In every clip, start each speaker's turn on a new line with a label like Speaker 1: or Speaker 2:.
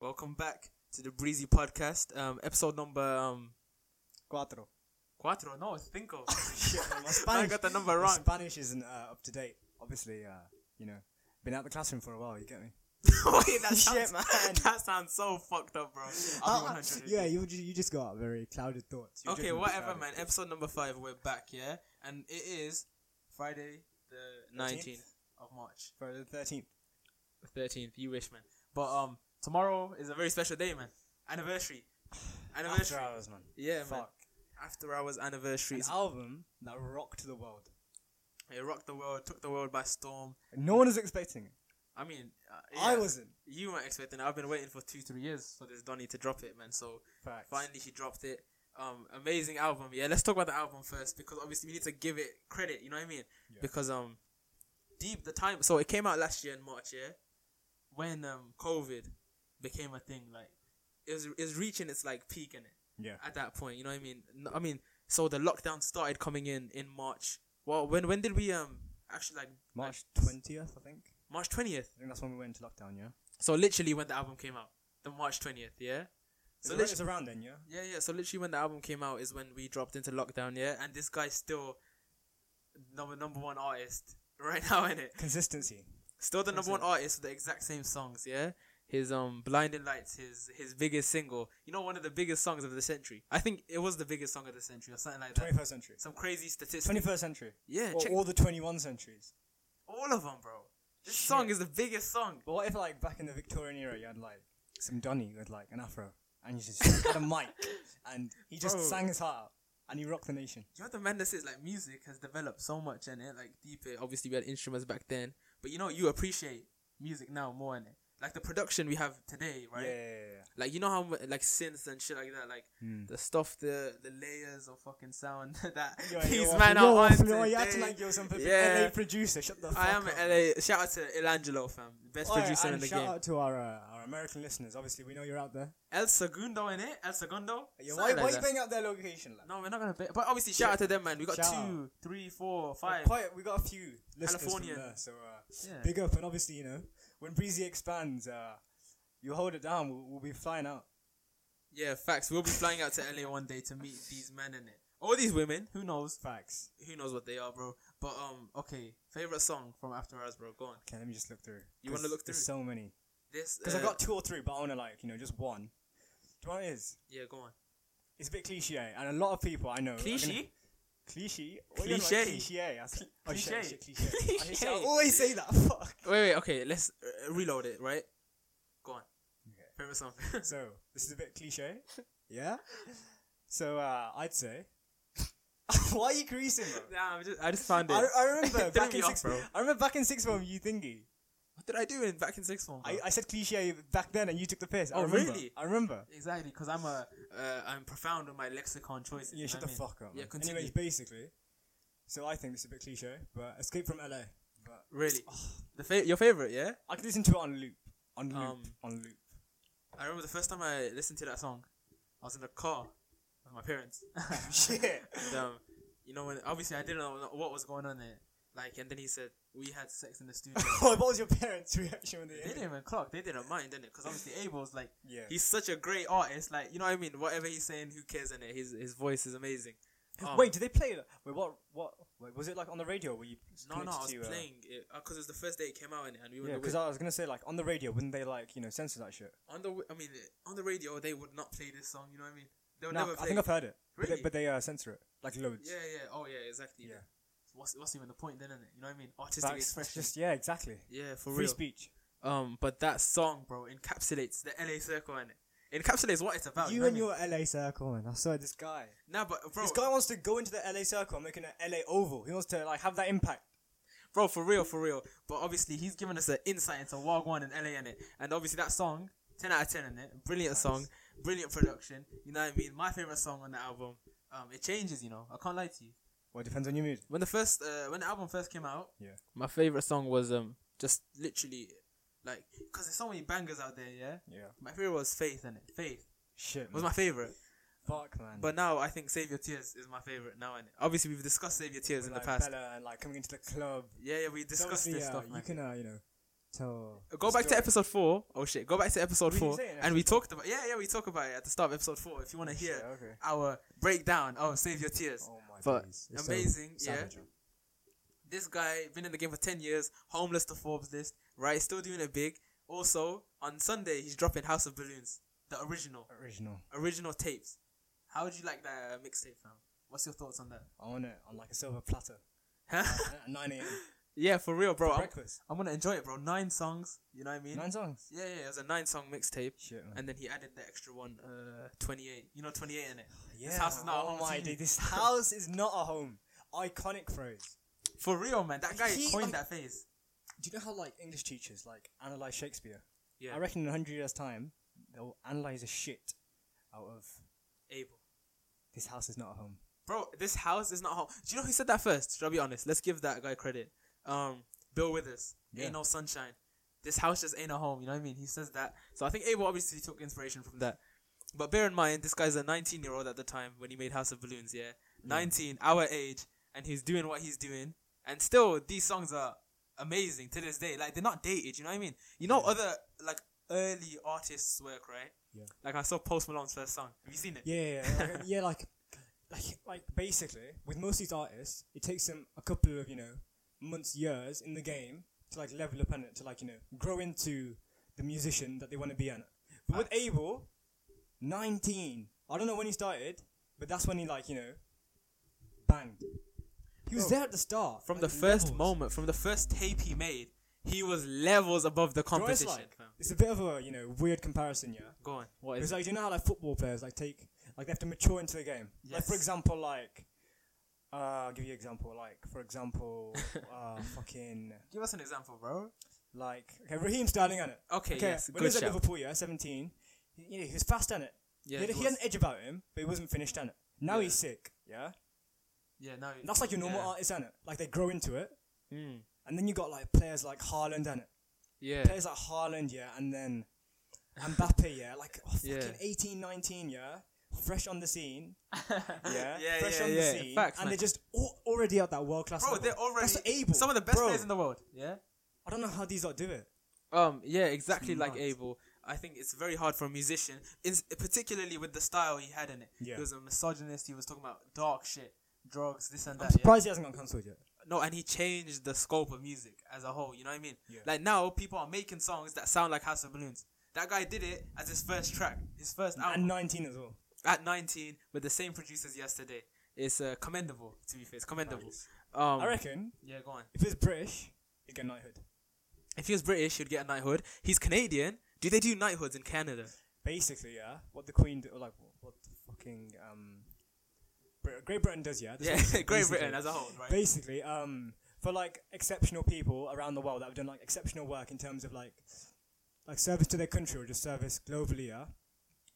Speaker 1: welcome back to the Breezy Podcast, um, episode number um,
Speaker 2: Cuatro.
Speaker 1: cuatro. No, cinco. Shit,
Speaker 2: My
Speaker 1: I
Speaker 2: Spanish-
Speaker 1: got the number
Speaker 2: my
Speaker 1: wrong.
Speaker 2: Spanish isn't uh, up to date. Obviously, uh, you know, been out the classroom for a while. You get me?
Speaker 1: Wait, that
Speaker 2: Shit,
Speaker 1: sounds,
Speaker 2: man.
Speaker 1: that sounds so fucked up, bro. I'll be
Speaker 2: Uh, uh,
Speaker 1: 100.
Speaker 2: yeah, you ju- you just got very clouded thoughts. Your
Speaker 1: Okay,
Speaker 2: judgment was
Speaker 1: whatever,
Speaker 2: clouded.
Speaker 1: man. Episode number five, we're back, yeah, and it is Friday the
Speaker 2: 13th?
Speaker 1: nineteenth of March,
Speaker 2: For the thirteenth.
Speaker 1: thirteenth. You wish, man. But um, tomorrow is a very special day, man. Anniversary, anniversary.
Speaker 2: After hours, man.
Speaker 1: Yeah, man.
Speaker 2: Fuck.
Speaker 1: After hours
Speaker 2: An
Speaker 1: anniversary.
Speaker 2: album that rocked the world.
Speaker 1: It rocked the world, took the world by storm.
Speaker 2: No one is expecting it.
Speaker 1: I mean, uh,
Speaker 2: I
Speaker 1: yeah,
Speaker 2: wasn't.
Speaker 1: You weren't expecting. It. I've been waiting for two, three years for this Donny to drop it, man. So
Speaker 2: Facts.
Speaker 1: finally she dropped it. Um, amazing album. Yeah, let's talk about the album first because obviously we need to give it credit. You know what I mean?
Speaker 2: Yeah.
Speaker 1: Because um, deep the time. So it came out last year in March. Yeah, when um COVID became a thing, like it was, it was reaching its like peak in it
Speaker 2: Yeah.
Speaker 1: at that point. You know what I mean? N- I mean, so the lockdown started coming in in March. Well, when when did we um actually like
Speaker 2: March twentieth, I think.
Speaker 1: March twentieth?
Speaker 2: I think that's when we went into lockdown. Yeah.
Speaker 1: So literally when the album came out, the March twentieth. Yeah.
Speaker 2: So
Speaker 1: So
Speaker 2: it's,
Speaker 1: literally,
Speaker 2: it's around then, yeah.
Speaker 1: yeah, yeah. So literally when the album came out is when we dropped into lockdown. Yeah, and this guy's still number number one artist right now in it.
Speaker 2: Consistency.
Speaker 1: Still the
Speaker 2: Think
Speaker 1: number
Speaker 2: so.
Speaker 1: one artist with the exact same songs. Yeah. His um blinding lights, his his biggest single, you know, one of the biggest songs of the century. I think it was the biggest song of the century or something like that.
Speaker 2: Twenty first century.
Speaker 1: Some crazy statistics.
Speaker 2: Twenty first century.
Speaker 1: Yeah,
Speaker 2: Or
Speaker 1: check
Speaker 2: all the twenty one centuries.
Speaker 1: all of them, bro. This
Speaker 2: Shit.
Speaker 1: song is the biggest song.
Speaker 2: But what if like back in the Victorian era you had like some Donny with like an afro and you just had a mic and he just
Speaker 1: Bro.
Speaker 2: sang his heart out and he rocked the nation.
Speaker 1: You know the man that says like music has developed so much in it, like deep it. Obviously, we had instruments back then, but you know you appreciate music now more in it. Like the production we have today, right?
Speaker 2: Yeah, yeah, yeah,
Speaker 1: Like you know how mu- like synths and shit like that, like
Speaker 2: yeah.
Speaker 1: the stuff, the the layers of fucking sound that
Speaker 2: Yo,
Speaker 1: these
Speaker 2: yo,
Speaker 1: man
Speaker 2: yo,
Speaker 1: are on
Speaker 2: yo,
Speaker 1: today.
Speaker 2: you acting like you're some
Speaker 1: Yeah.
Speaker 2: LA producer. Shut the fuck
Speaker 1: I am
Speaker 2: up.
Speaker 1: an LA. Shout out to Elangelo, fam, best
Speaker 2: Oh, yeah,
Speaker 1: producer
Speaker 2: and
Speaker 1: in the
Speaker 2: shout
Speaker 1: game.
Speaker 2: out to our uh, our American listeners. Obviously, we know you're out there.
Speaker 1: El Segundo in it. El Segundo.
Speaker 2: Yo, why
Speaker 1: Something
Speaker 2: why
Speaker 1: like
Speaker 2: you
Speaker 1: that.
Speaker 2: bring up their location? Like?
Speaker 1: No, we're not gonna. Pay. But obviously, shout out to them, man. We got
Speaker 2: Shout
Speaker 1: two, three, four,
Speaker 2: We're
Speaker 1: five.
Speaker 2: Quite, we got a few listeners
Speaker 1: Californian.
Speaker 2: from there, so uh,
Speaker 1: Yeah.
Speaker 2: big up. And obviously, you know, when Breezy expands, uh, you hold it down. We'll, we'll be flying out.
Speaker 1: yeah, facts. We'll be flying out to LA one day to meet these men in it. All these women. Who knows?
Speaker 2: Facts.
Speaker 1: Who knows what they are, bro? But um, okay. Favorite song from After Hours, bro. Go on.
Speaker 2: Okay, let me just look through.
Speaker 1: You wanna
Speaker 2: 'Cause
Speaker 1: look
Speaker 2: There's
Speaker 1: through?
Speaker 2: so many.
Speaker 1: This.
Speaker 2: Because I
Speaker 1: uh,
Speaker 2: got two or three, but I want to like you know just one. Do you know what it is?
Speaker 1: Yeah, go on.
Speaker 2: It's a bit cliche, and a lot of people I know. are gonna-
Speaker 1: Cliche.
Speaker 2: Cliche. What do you mean, like,
Speaker 1: Cliche.
Speaker 2: Cliche. I said- oh, shit,
Speaker 1: cliche.
Speaker 2: shit, cliche. I hate-
Speaker 1: Cliche.
Speaker 2: I always say that. Fuck.
Speaker 1: Wait, wait. Okay, let's uh, reload it. Right. Go on.
Speaker 2: Okay.
Speaker 1: Favorite song.
Speaker 2: So this is a bit cliche. Yeah. So uh, I'd say. Why are you creasing? Bro?
Speaker 1: nah, I'm just, I just found it.
Speaker 2: I, I
Speaker 1: Threw
Speaker 2: remember back
Speaker 1: me
Speaker 2: in
Speaker 1: off,
Speaker 2: six.
Speaker 1: bro.
Speaker 2: I remember back in six form you thingy.
Speaker 1: what did I do in back in sixth form? bro?
Speaker 2: I, I said cliche back then, and you took the piss. I
Speaker 1: Oh,
Speaker 2: remember.
Speaker 1: really?
Speaker 2: I remember.
Speaker 1: Exactly, because I'm a uh, I'm profound with my lexicon choices.
Speaker 2: Yeah,
Speaker 1: you
Speaker 2: shut
Speaker 1: know
Speaker 2: the
Speaker 1: what I mean?
Speaker 2: fuck up.
Speaker 1: Yeah,
Speaker 2: man.
Speaker 1: continue.
Speaker 2: Anyways, basically, so I think this is a bit cliche, but Escape from LA. But
Speaker 1: Really, the fa- your favorite, yeah?
Speaker 2: I could listen to it on loop, on loop,
Speaker 1: Um,
Speaker 2: on loop.
Speaker 1: I remember the first time I listened to that song, I was in the car with my parents.
Speaker 2: Shit.
Speaker 1: and, um, you know, when obviously I didn't know what was going on there. Like, and then he said we had sex in the studio.
Speaker 2: what was your parents' reaction when they?
Speaker 1: they didn't even clock. They didn't mind, didn't it? Because obviously Abel's like
Speaker 2: Yeah.
Speaker 1: he's such a great artist. Like, you know what I mean? Whatever he's saying, who cares? And it his his voice is amazing. Um,
Speaker 2: Wait, did they play? it? Wait, what? What? Wait, was it like on the radio? Were you?
Speaker 1: No, no, I was
Speaker 2: connected to, uh,
Speaker 1: playing it because it was the first day it came out in it, and we were
Speaker 2: Yeah,
Speaker 1: in the
Speaker 2: because I was gonna say like on the radio, wouldn't they like you know censor that shit?
Speaker 1: on the w- I mean on the radio they would not play this song. You know what I mean? They would
Speaker 2: No,
Speaker 1: never play.
Speaker 2: I think I've heard it, but
Speaker 1: Really?
Speaker 2: they, but they uh, censor it like loads.
Speaker 1: yeah, yeah. Oh yeah, exactly.
Speaker 2: Yeah.
Speaker 1: What's what's even the point then? Isn't it? You know what I mean? Artistic
Speaker 2: Facts. It's
Speaker 1: expression.
Speaker 2: Just yeah, exactly.
Speaker 1: yeah, for
Speaker 2: Free
Speaker 1: real.
Speaker 2: speech.
Speaker 1: Um, but that song, bro, encapsulates the LA circle in it. Encapsulates what it's about.
Speaker 2: you
Speaker 1: know
Speaker 2: and
Speaker 1: what
Speaker 2: your LA circle, man. I saw this guy.
Speaker 1: I mean? nah, but bro,
Speaker 2: This guy wants to go into the LA circle and make an LA oval. He wants to like have that impact.
Speaker 1: bro, for real, for real. But obviously he's given us an insight into Wagwan and LA in it, and obviously that song, ten out of ten in it, brilliant
Speaker 2: Nice.
Speaker 1: song, brilliant production. You know what I mean? My favorite song on the album. Um, it changes, you know. I can't lie to you.
Speaker 2: Well, it depends on your mood.
Speaker 1: when the first uh, when the album first came out,
Speaker 2: Yeah.
Speaker 1: my favorite song was um just literally like because there's so many bangers out there, yeah.
Speaker 2: Yeah.
Speaker 1: My favorite was Faith, and it Faith
Speaker 2: Shit.
Speaker 1: was
Speaker 2: Man.
Speaker 1: my favorite,
Speaker 2: Fuck, man.
Speaker 1: but now I think Save Your Tears is my favorite now. And obviously we've discussed Save Your Tears
Speaker 2: With,
Speaker 1: in
Speaker 2: like,
Speaker 1: the past.
Speaker 2: Bella and like coming into the club.
Speaker 1: Yeah, yeah, we discussed
Speaker 2: Obviously,
Speaker 1: this
Speaker 2: uh,
Speaker 1: stuff,
Speaker 2: You
Speaker 1: man.
Speaker 2: can, uh, you know, So
Speaker 1: Go back to episode four. Oh shit! Go back to episode
Speaker 2: We didn't
Speaker 1: four,
Speaker 2: say it in
Speaker 1: and we
Speaker 2: episode four.
Speaker 1: talked about yeah, yeah. We talk about it at the start of episode four. If you want to hear
Speaker 2: Okay.
Speaker 1: our breakdown, oh, save your tears.
Speaker 2: Oh my
Speaker 1: But
Speaker 2: days. It's so
Speaker 1: amazing, yeah.
Speaker 2: savage.
Speaker 1: This guy been in the game for ten years, homeless to Forbes list, right? Still doing it big. Also on Sunday, he's dropping House of Balloons, the original,
Speaker 2: Original.
Speaker 1: original tapes. How would you like that uh, mixtape, fam? What's your thoughts on that?
Speaker 2: I want it on like a silver platter.
Speaker 1: Huh?
Speaker 2: At 9 a.m.
Speaker 1: yeah, for real, bro. I'm,
Speaker 2: breakfast.
Speaker 1: I'm gonna enjoy it, bro. Nine songs. You know what I mean?
Speaker 2: Nine songs.
Speaker 1: Yeah, yeah. It was a nine song mixtape,
Speaker 2: Shit, man.
Speaker 1: and then he added the extra one, uh, twenty eight. You know, twenty eight in it.
Speaker 2: yeah.
Speaker 1: house is not a
Speaker 2: oh
Speaker 1: home to
Speaker 2: my
Speaker 1: you.
Speaker 2: day. This house is not a home. Iconic phrase.
Speaker 1: For real, man. That guy
Speaker 2: He-
Speaker 1: coined
Speaker 2: I-
Speaker 1: that phrase.
Speaker 2: Do you know how like English teachers like analyze Shakespeare?
Speaker 1: Yeah.
Speaker 2: I reckon in 100 years' time, they'll analyze the shit out of
Speaker 1: Abel.
Speaker 2: this house is not a home.
Speaker 1: Bro, this house is not home. Do you know who said that first? Should I be honest? Let's give that guy credit. Um, Bill Withers.
Speaker 2: Yeah.
Speaker 1: Ain't no sunshine. This house just ain't a home. You know what I mean? He says that. So I think Abel obviously took inspiration from that. But bear in mind, this guy's a 19 year old at the time when he made House of Balloons, yeah? 19, our age, and he's doing what he's doing. And still, these songs are amazing to this day. Like, they're not dated, you know what I mean? You know, other, like, early artists' work, right?
Speaker 2: Yeah.
Speaker 1: Like, I saw Post Malone's first song. Have you seen it?
Speaker 2: Yeah, yeah, like, yeah, like, like, like basically, with most of these artists, it takes them a couple of you know months, years in the game to like level up and to like you know grow into the musician that they want to be in. But with Abel, nineteen, I don't know when he started, but that's when he like you know banged. He was
Speaker 1: Bro,
Speaker 2: there at the start
Speaker 1: Oh. from
Speaker 2: like,
Speaker 1: the first
Speaker 2: levels.
Speaker 1: moment, from the first tape he made, he was levels above the
Speaker 2: Do you know what it's
Speaker 1: competition.
Speaker 2: like? It's a bit of a you know weird comparison, yeah.
Speaker 1: Go on, what is
Speaker 2: It's
Speaker 1: it?
Speaker 2: like you know how like football players like take like they have to mature into the game. Like for
Speaker 1: Yes.
Speaker 2: example, like uh, I'll give you an example. Like for example, uh, fucking
Speaker 1: Give us an example, bro.
Speaker 2: like okay, Raheem Sterling on it.
Speaker 1: Okay,
Speaker 2: Okay,
Speaker 1: yes,
Speaker 2: when he
Speaker 1: good
Speaker 2: was at
Speaker 1: shout.
Speaker 2: Liverpool, yeah, seventeen. He, you know, he was fast on it.
Speaker 1: Yeah,
Speaker 2: he, had,
Speaker 1: it
Speaker 2: he had an
Speaker 1: was.
Speaker 2: edge about him, but he wasn't finished on it. Now
Speaker 1: Yeah.
Speaker 2: he's sick. Yeah,
Speaker 1: yeah, no,
Speaker 2: and that's like your normal
Speaker 1: yeah.
Speaker 2: artist on it. Like they grow into it,
Speaker 1: Mm,
Speaker 2: and then you got like players like Haaland on it.
Speaker 1: yeah,
Speaker 2: Players like Haaland, yeah, and then Mbappe, yeah, like oh, fucking
Speaker 1: Yeah.
Speaker 2: eighteen, nineteen, 18, 19, yeah, fresh on the scene. yeah,
Speaker 1: yeah,
Speaker 2: fresh
Speaker 1: yeah,
Speaker 2: on
Speaker 1: yeah.
Speaker 2: the scene,
Speaker 1: Facts,
Speaker 2: and
Speaker 1: man.
Speaker 2: they're just all, already at that world class.
Speaker 1: bro,
Speaker 2: level.
Speaker 1: they're already
Speaker 2: That's able.
Speaker 1: some of the best
Speaker 2: bro,
Speaker 1: players in the world. Yeah,
Speaker 2: I don't know how these lot do it.
Speaker 1: um, yeah, exactly like
Speaker 2: mad.
Speaker 1: Abel. I think it's very hard for a musician, it's, particularly with the style he had in it.
Speaker 2: Yeah.
Speaker 1: He was a misogynist. He was talking about dark shit, drugs, this and
Speaker 2: I'm
Speaker 1: that. yeah.
Speaker 2: surprised he hasn't gotten cancelled yet.
Speaker 1: No, and he changed the scope of music as a whole. You know what I mean?
Speaker 2: Yeah.
Speaker 1: Like now, people are making songs that sound like House of Balloons. That guy did it as his first track, his first
Speaker 2: And
Speaker 1: album
Speaker 2: 19 as well.
Speaker 1: at 19 with the same producers yesterday. It's uh, commendable, to be fair. It's commendable. Um,
Speaker 2: I reckon
Speaker 1: Yeah, go on.
Speaker 2: if it's British, he'd get knighthood.
Speaker 1: If he was British, he'd get a knighthood. He's Canadian. Do they do knighthoods in Canada?
Speaker 2: Basically, yeah, what the Queen do, or like what, what the fucking um, Brit- Great Britain does, yeah. this
Speaker 1: Yeah,
Speaker 2: is
Speaker 1: Great
Speaker 2: basically-
Speaker 1: Britain as a whole, right?
Speaker 2: Basically, um, for like exceptional people around the world that have done like exceptional work in terms of like like service to their country or just service globally, yeah.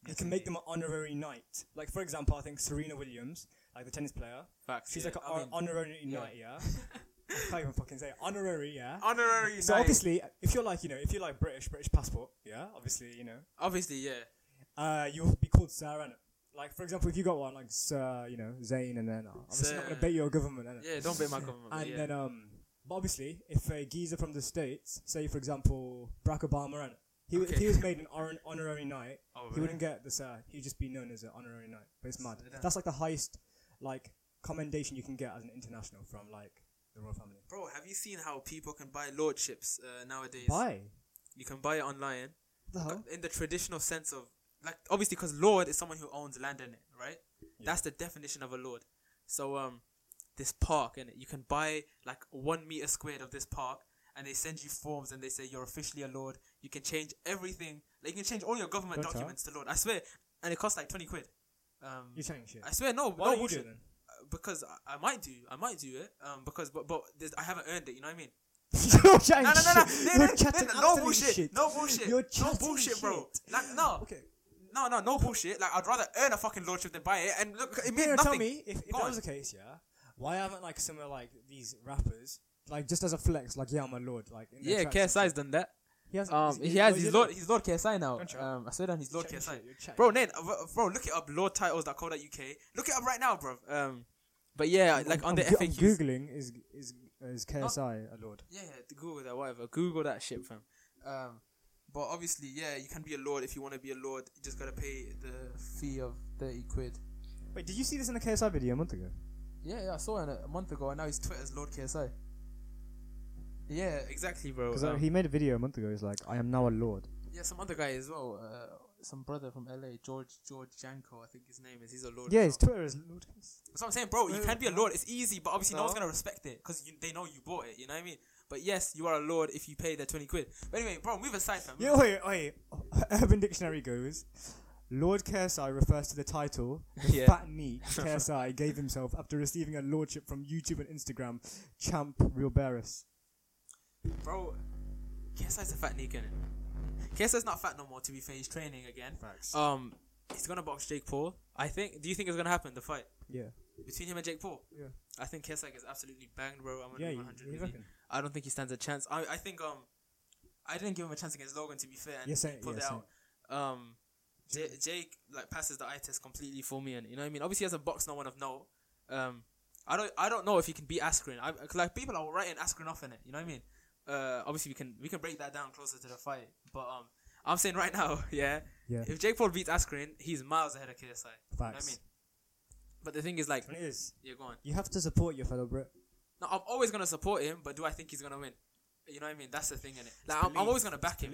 Speaker 2: You
Speaker 1: Yes,
Speaker 2: can make
Speaker 1: indeed.
Speaker 2: them an honorary knight. Like for example, I think Serena Williams, like the tennis player,
Speaker 1: Facts.
Speaker 2: she's
Speaker 1: yeah.
Speaker 2: like an
Speaker 1: I mean,
Speaker 2: honorary
Speaker 1: yeah.
Speaker 2: knight, yeah. I can't even fucking say it. honorary, yeah.
Speaker 1: honorary.
Speaker 2: So
Speaker 1: knight.
Speaker 2: obviously, if you're like you know, if you're like British, British passport, yeah, obviously you know,
Speaker 1: obviously, yeah.
Speaker 2: uh, you'll be called Sir. Innit? Like for example, if you got one like Sir, you know, Zane, and then uh, obviously not gonna
Speaker 1: Sir.
Speaker 2: bait your government, innit?
Speaker 1: Yeah, don't blame my government. but
Speaker 2: And
Speaker 1: yeah.
Speaker 2: then, um, but obviously, if a geezer from the states, say for example Barack Obama, and he w- if
Speaker 1: Okay.
Speaker 2: he was made an hor- honorary knight,
Speaker 1: Oh,
Speaker 2: he
Speaker 1: really?
Speaker 2: wouldn't get the sir. He'd just be known as an honorary knight. But it's mad.
Speaker 1: So then-
Speaker 2: That's like the highest like commendation you can get as an international from like the royal family.
Speaker 1: Bro, have you seen how people can buy lordships uh, nowadays?
Speaker 2: Why?
Speaker 1: You can buy it online. Uh,
Speaker 2: What the hell?
Speaker 1: in the traditional sense of like obviously because lord is someone who owns land in it right
Speaker 2: Yeah.
Speaker 1: that's the definition of a lord so um this park and you can buy like one meter squared of this park and they send you forms and they say you're officially a lord you can change everything like you can change all your government
Speaker 2: Don't tell.
Speaker 1: documents to lord i swear and it costs like 20 quid um
Speaker 2: You're saying shit.
Speaker 1: i swear no
Speaker 2: Why
Speaker 1: no
Speaker 2: don't you do
Speaker 1: bullshit.
Speaker 2: it then?
Speaker 1: Uh, because I, I might do i might do it um because but but there's- i haven't earned it you know what i mean
Speaker 2: You're chatting
Speaker 1: no no no no,
Speaker 2: shit.
Speaker 1: no,
Speaker 2: You're
Speaker 1: no,
Speaker 2: chatting
Speaker 1: no, no
Speaker 2: absolute
Speaker 1: bullshit
Speaker 2: shit.
Speaker 1: no bullshit
Speaker 2: You're
Speaker 1: no
Speaker 2: chatting
Speaker 1: bullshit bro
Speaker 2: shit.
Speaker 1: like no
Speaker 2: Okay.
Speaker 1: no, no, no bullshit. Like I'd rather earn a fucking lordship than buy it. And look, it means
Speaker 2: Mira,
Speaker 1: nothing.
Speaker 2: tell me if, if
Speaker 1: Go
Speaker 2: that
Speaker 1: on.
Speaker 2: was the case, yeah. Why haven't like some of like these rappers like just as a flex, like yeah, I'm a lord, like in their
Speaker 1: yeah,
Speaker 2: tracks and
Speaker 1: KSI's
Speaker 2: shit?
Speaker 1: done that.
Speaker 2: He has,
Speaker 1: Um,
Speaker 2: is-
Speaker 1: he
Speaker 2: is-
Speaker 1: has
Speaker 2: oh, is
Speaker 1: his
Speaker 2: it-
Speaker 1: lord, his lord KSI now.
Speaker 2: Don't you?
Speaker 1: Um, I swear down, he's lord
Speaker 2: Chatting
Speaker 1: KSI.
Speaker 2: shit, you're chatting
Speaker 1: Bro,
Speaker 2: shit.
Speaker 1: Nate, uh, bro, look it up. Lordtitles.co.uk. Look it up right now, bro. Um, but yeah, like
Speaker 2: I'm-
Speaker 1: on the
Speaker 2: I'm, go- I'm
Speaker 1: FAQs.
Speaker 2: googling is is uh, Is KSI a lord?
Speaker 1: Yeah, yeah, th- Google that, whatever. Google that shit, fam. Um, but obviously, yeah, you can be a lord if you want to be a lord. You just gotta pay the fee of thirty quid.
Speaker 2: Wait, did you see this in the KSI video a month ago?
Speaker 1: Yeah, yeah, I saw it a month ago, and now he's Twitter's Lord KSI. Yeah, exactly, bro.
Speaker 2: Because
Speaker 1: Um,
Speaker 2: uh, he made a video a month ago. He's like, I am now a lord.
Speaker 1: yeah, some other guy as well. Uh, some brother from LA, George George Janko, I think his name is. He's a lord.
Speaker 2: Yeah,
Speaker 1: as
Speaker 2: his Twitter is lord.
Speaker 1: That's what I'm saying, bro. You
Speaker 3: Wait,
Speaker 1: can be a lord. It's easy, but obviously no, one's
Speaker 3: No.
Speaker 1: gonna respect it because they know you bought it. You know what I mean? But yes, you are a lord if you pay the twenty quid. But anyway, bro, move aside, fam.
Speaker 2: Yeah, wait, wait. Urban Dictionary goes, Lord KSI refers to the title the
Speaker 1: Yeah.
Speaker 2: fat meat KSI gave himself after receiving a lordship from YouTube and Instagram champ Rilberis.
Speaker 1: bro. KSI's a fat nigga. innit? KSI's not fat no more. To be fair, he's training again.
Speaker 2: Facts.
Speaker 1: Um, he's gonna box Jake Paul. I think. Do you think it's gonna happen? The fight
Speaker 2: yeah.
Speaker 1: between him and Jake Paul.
Speaker 2: Yeah.
Speaker 1: I think KSI gets absolutely banged, bro. I'm gonna
Speaker 2: Yeah,
Speaker 1: be
Speaker 2: you,
Speaker 1: 100
Speaker 2: you
Speaker 1: with you.
Speaker 2: reckon?
Speaker 1: I don't think he stands a chance. I, I think um, I didn't give him a chance against Logan to be fair, and
Speaker 2: Yes,
Speaker 1: he
Speaker 2: I-
Speaker 1: pulled
Speaker 2: yes,
Speaker 1: it out. Um, J- Jake like passes the eye test completely for me, and you know what I mean. Obviously, as a box, no one of note. Um, I don't I don't know if he can beat Askren. I 'cause, like people are writing Askren off in it. You know what I mean? Uh, obviously we can we can break that down closer to the fight, but um, I'm saying right now, yeah,
Speaker 2: Yeah.
Speaker 1: if Jake Paul beats Askren, he's miles ahead of KSI. You know what I
Speaker 2: Facts.
Speaker 1: mean? But the thing is, like,
Speaker 2: And it is.
Speaker 1: yeah, go on.
Speaker 2: You have to support your fellow Brit.
Speaker 1: No, I'm always gonna support him, but do I think he's gonna win? You know what I mean? That's the thing in it. Like, I'm, I'm always gonna back him.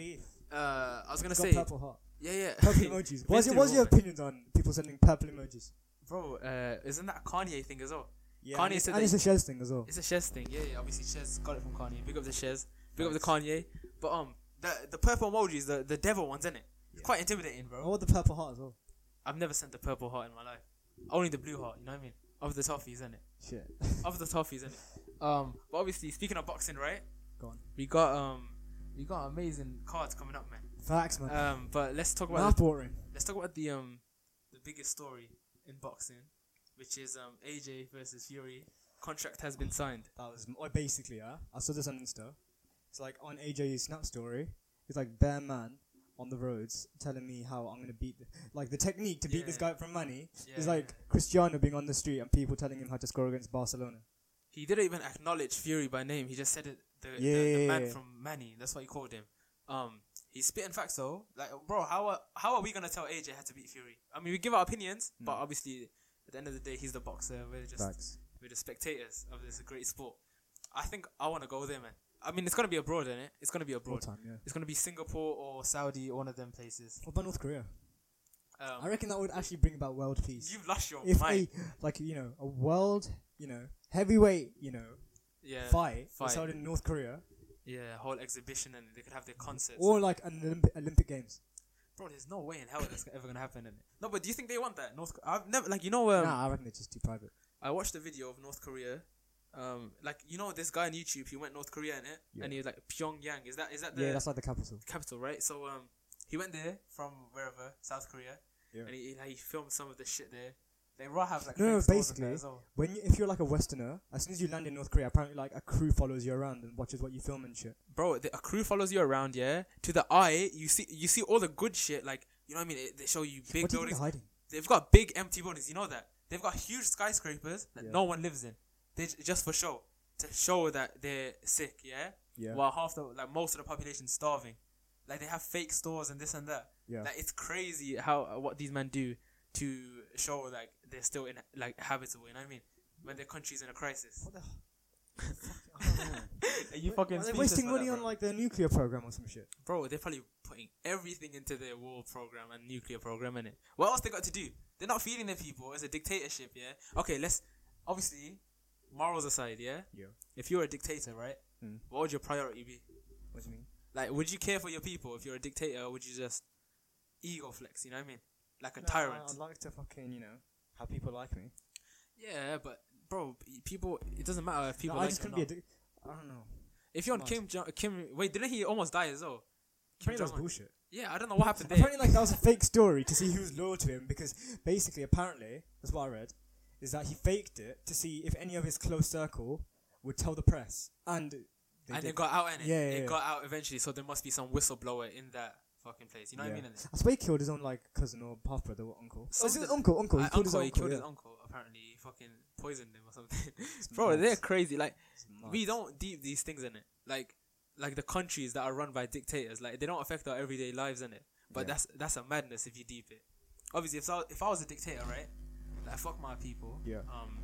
Speaker 1: Uh, I was gonna
Speaker 2: Got
Speaker 1: say,
Speaker 2: purple heart.
Speaker 1: yeah, yeah.
Speaker 2: Purple emojis. What's your, what's your opinion on people sending purple emojis?
Speaker 1: bro? Uh, isn't that a Kanye thing as well?
Speaker 2: Yeah,
Speaker 1: Kanye
Speaker 2: and it's,
Speaker 1: said
Speaker 2: and
Speaker 1: that-
Speaker 2: it's a Shez thing as well.
Speaker 1: It's a Shez thing. Yeah, yeah. Obviously, Shez got it from Kanye. Big up the Shez. Big up the Kanye. But um, the the purple emojis, the the devil ones, in it. It's quite intimidating, bro.
Speaker 2: I want the purple heart as well.
Speaker 1: I've never sent the purple heart in my life. Only the blue heart. You know what I mean? Of the toffees, in it.
Speaker 2: Shit.
Speaker 1: Of the toffees, in it. Um, but obviously, speaking of boxing, right?
Speaker 2: Go on.
Speaker 1: We got um, we got amazing cards coming up, man.
Speaker 2: Facts, man.
Speaker 1: Um, but let's talk about
Speaker 2: Mouth watering.
Speaker 1: let's talk about the um the biggest story in boxing, which is um AJ versus Fury. Contract has been signed.
Speaker 2: That was m- oh, basically, yeah. I saw this on Insta. It's like on AJ's snap story. It's like bare man on the roads telling me how I'm gonna beat, like the technique to beat this
Speaker 1: Yeah.
Speaker 2: guy from money
Speaker 1: Yeah,
Speaker 2: is like Cristiano being on the street and people telling him how to score against Barcelona.
Speaker 1: he didn't even acknowledge Fury by name. He just said it. The, the, the
Speaker 2: Yeah.
Speaker 1: man from Manny. That's what he called him. Um, he's spitting facts though. Like, bro, how are how are we gonna tell AJ how to beat Fury? I mean, we give our opinions, but obviously, at the end of the day, he's the boxer. We're just we're the spectators of this great sport. I think I want to go there, man. I mean, it's gonna be abroad, isn't it? It's gonna be
Speaker 2: All
Speaker 1: abroad.
Speaker 2: time, yeah.
Speaker 1: It's gonna be Singapore or Saudi, one of them places.
Speaker 2: What about North Korea? I
Speaker 1: Um,
Speaker 2: reckon that would actually bring about world peace.
Speaker 1: you've lost your
Speaker 2: if
Speaker 1: mind.
Speaker 2: a like you know a world you know heavyweight you know
Speaker 1: Yeah,
Speaker 2: fight,
Speaker 1: fight.
Speaker 2: was held in North Korea
Speaker 1: yeah, whole exhibition, and they could have their concerts.
Speaker 2: or like an Olymp- Olympic Games.
Speaker 1: Bro, there's no way in hell that's ever gonna happen. innit? No, but do you think they want that? North, Co- I've never like you know. Um,
Speaker 2: nah, I reckon it's just too private.
Speaker 1: I watched a video of North Korea. Um, like you know this guy on YouTube, he went North Korea in it,
Speaker 2: Yeah.
Speaker 1: and he was like Pyongyang. Is that is that the
Speaker 2: Yeah, that's like the capital.
Speaker 1: capital, right? So um, he went there from wherever South Korea,
Speaker 2: Yeah.
Speaker 1: and he, he filmed some of the shit there. They raw have like
Speaker 2: No, no,
Speaker 1: fake stores in there
Speaker 2: basically,
Speaker 1: as well.
Speaker 2: when you, if you're like a Westerner, as soon as you land in North Korea, apparently like a crew follows you around and watches what you film and shit.
Speaker 1: bro, the, a crew follows you around, yeah. To the eye, you see you see all the good shit, like you know what I mean. It, they show you big
Speaker 2: what do you think
Speaker 1: buildings.
Speaker 2: they're hiding?
Speaker 1: They've got big empty buildings. You know that they've got huge skyscrapers that
Speaker 2: Yeah.
Speaker 1: no one lives in. They j- just for show to show that they're sick, yeah.
Speaker 2: Yeah.
Speaker 1: While half the like most of the population's starving, like they have fake stores and this and that.
Speaker 2: Yeah.
Speaker 1: Like it's crazy how uh, what these men do to show like they're still in like habitable. You know what I mean? When their country's in a crisis,
Speaker 2: What the? Fuck,
Speaker 1: Are you fucking
Speaker 2: Are they
Speaker 1: speechless
Speaker 2: wasting
Speaker 1: for that,
Speaker 2: money on
Speaker 1: bro?
Speaker 2: like their nuclear program or some shit?
Speaker 1: Bro, they're probably putting everything into their war program and nuclear program in it. What else they got to do? They're not feeding their people. It's a dictatorship, yeah. Okay, let's obviously morals aside, yeah. Hmm.
Speaker 2: Yeah.
Speaker 1: If you're a dictator, right?
Speaker 2: Mm.
Speaker 1: What would your priority be?
Speaker 2: What do you mean?
Speaker 1: Like, would you care for your people if you're a dictator? Or would you just ego flex? You know what I mean? Like a tyrant.
Speaker 2: I'd like to fucking you know have people like me.
Speaker 1: yeah, but bro, people. It doesn't matter if people.
Speaker 2: I
Speaker 1: like
Speaker 2: just
Speaker 1: you or
Speaker 2: couldn't be a
Speaker 1: not.
Speaker 2: dick. I don't know.
Speaker 1: If you're on
Speaker 2: Mad.
Speaker 1: Kim Jong Kim, wait, didn't he almost die as well? Kim
Speaker 2: Apparently that was
Speaker 1: Jong-un.
Speaker 2: bullshit.
Speaker 1: Yeah, I don't know what happened there.
Speaker 2: Apparently, like that was a fake story to see who was loyal to him because basically, apparently, that's what I read, is that he faked it to see if any of his close circle would tell the press, and they
Speaker 1: and
Speaker 2: did.
Speaker 1: it got out in it.
Speaker 2: Yeah, yeah,
Speaker 1: it
Speaker 2: yeah.
Speaker 1: got out eventually, so there must be some whistleblower in that fucking place. You know what I
Speaker 2: Yeah.
Speaker 1: mean? innit?
Speaker 2: I swear he killed his own like cousin or half brother or uncle. Oh, is it
Speaker 1: Something.
Speaker 2: uncle? Uncle. He
Speaker 1: Uh,
Speaker 2: killed his
Speaker 1: uncle,
Speaker 2: uncle.
Speaker 1: he killed
Speaker 2: yeah.
Speaker 1: his uncle. apparently fucking poisoned him or something. Bro, they're crazy. Like we don't deep these things in it. Like like the countries that are run by dictators, like they don't affect our everyday lives in it. But
Speaker 4: Yeah.
Speaker 1: that's that's a madness if you deep it. Obviously, if I, if I was a dictator, right? Like fuck my people.
Speaker 4: Yeah.
Speaker 1: Um,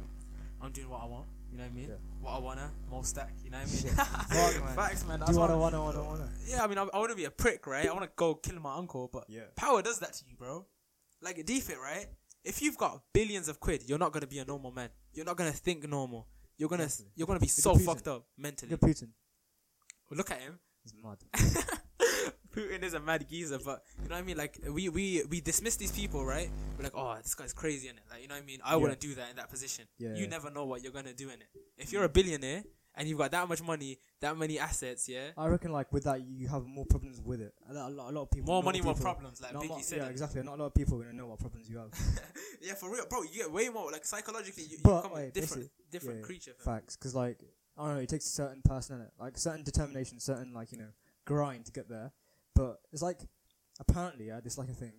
Speaker 1: I'm doing what I want. You know what I mean?
Speaker 4: Yeah.
Speaker 1: What I wanna, more stack. You know what I mean?
Speaker 2: Fuck, man.
Speaker 1: Facts, man.
Speaker 2: Do
Speaker 1: That's
Speaker 2: you
Speaker 1: what
Speaker 2: wanna,
Speaker 1: I'm-
Speaker 2: wanna, wanna, wanna?
Speaker 1: yeah, I mean, I, I want to be a prick, right? I want to go kill my uncle, but
Speaker 2: Yeah.
Speaker 1: power does that to you, bro. Like, deep it, right? If you've got billions of quid, you're not gonna be a normal man. You're not gonna think normal. You're gonna
Speaker 2: Exactly.
Speaker 1: you're gonna be so
Speaker 2: Putin.
Speaker 1: fucked up mentally.
Speaker 2: Look at Putin.
Speaker 1: Look at him.
Speaker 2: He's mad.
Speaker 1: Putin is a mad geezer, but you know what I mean. Like we we we dismiss these people, right? We're like, oh, this guy's crazy in it. Like you know what I mean. I
Speaker 2: Yeah.
Speaker 1: wouldn't do that in that position.
Speaker 2: Yeah,
Speaker 1: You
Speaker 2: yeah.
Speaker 1: never know what you're gonna do in it. If you're a billionaire and you've got that much money, that many assets, yeah,
Speaker 2: I reckon, like, with that, you have more problems with it. A lot, a lot, a lot of people.
Speaker 1: more
Speaker 2: not
Speaker 1: money, more
Speaker 2: people-
Speaker 1: problems. Like
Speaker 2: not
Speaker 1: Biggie
Speaker 2: lot-
Speaker 1: said,
Speaker 2: yeah,
Speaker 1: it.
Speaker 2: exactly. Not a lot of people are gonna know what problems you have.
Speaker 1: Yeah, for real, bro. You get way more like psychologically. You, you
Speaker 2: But,
Speaker 1: become a
Speaker 2: wait,
Speaker 1: different,
Speaker 2: listen.
Speaker 1: different
Speaker 2: Yeah,
Speaker 1: creature. fam.
Speaker 2: Facts, because like I don't know, it takes a certain person in it, like certain determination, certain like you know grind to get there. But it's like apparently, yeah, this like a thing.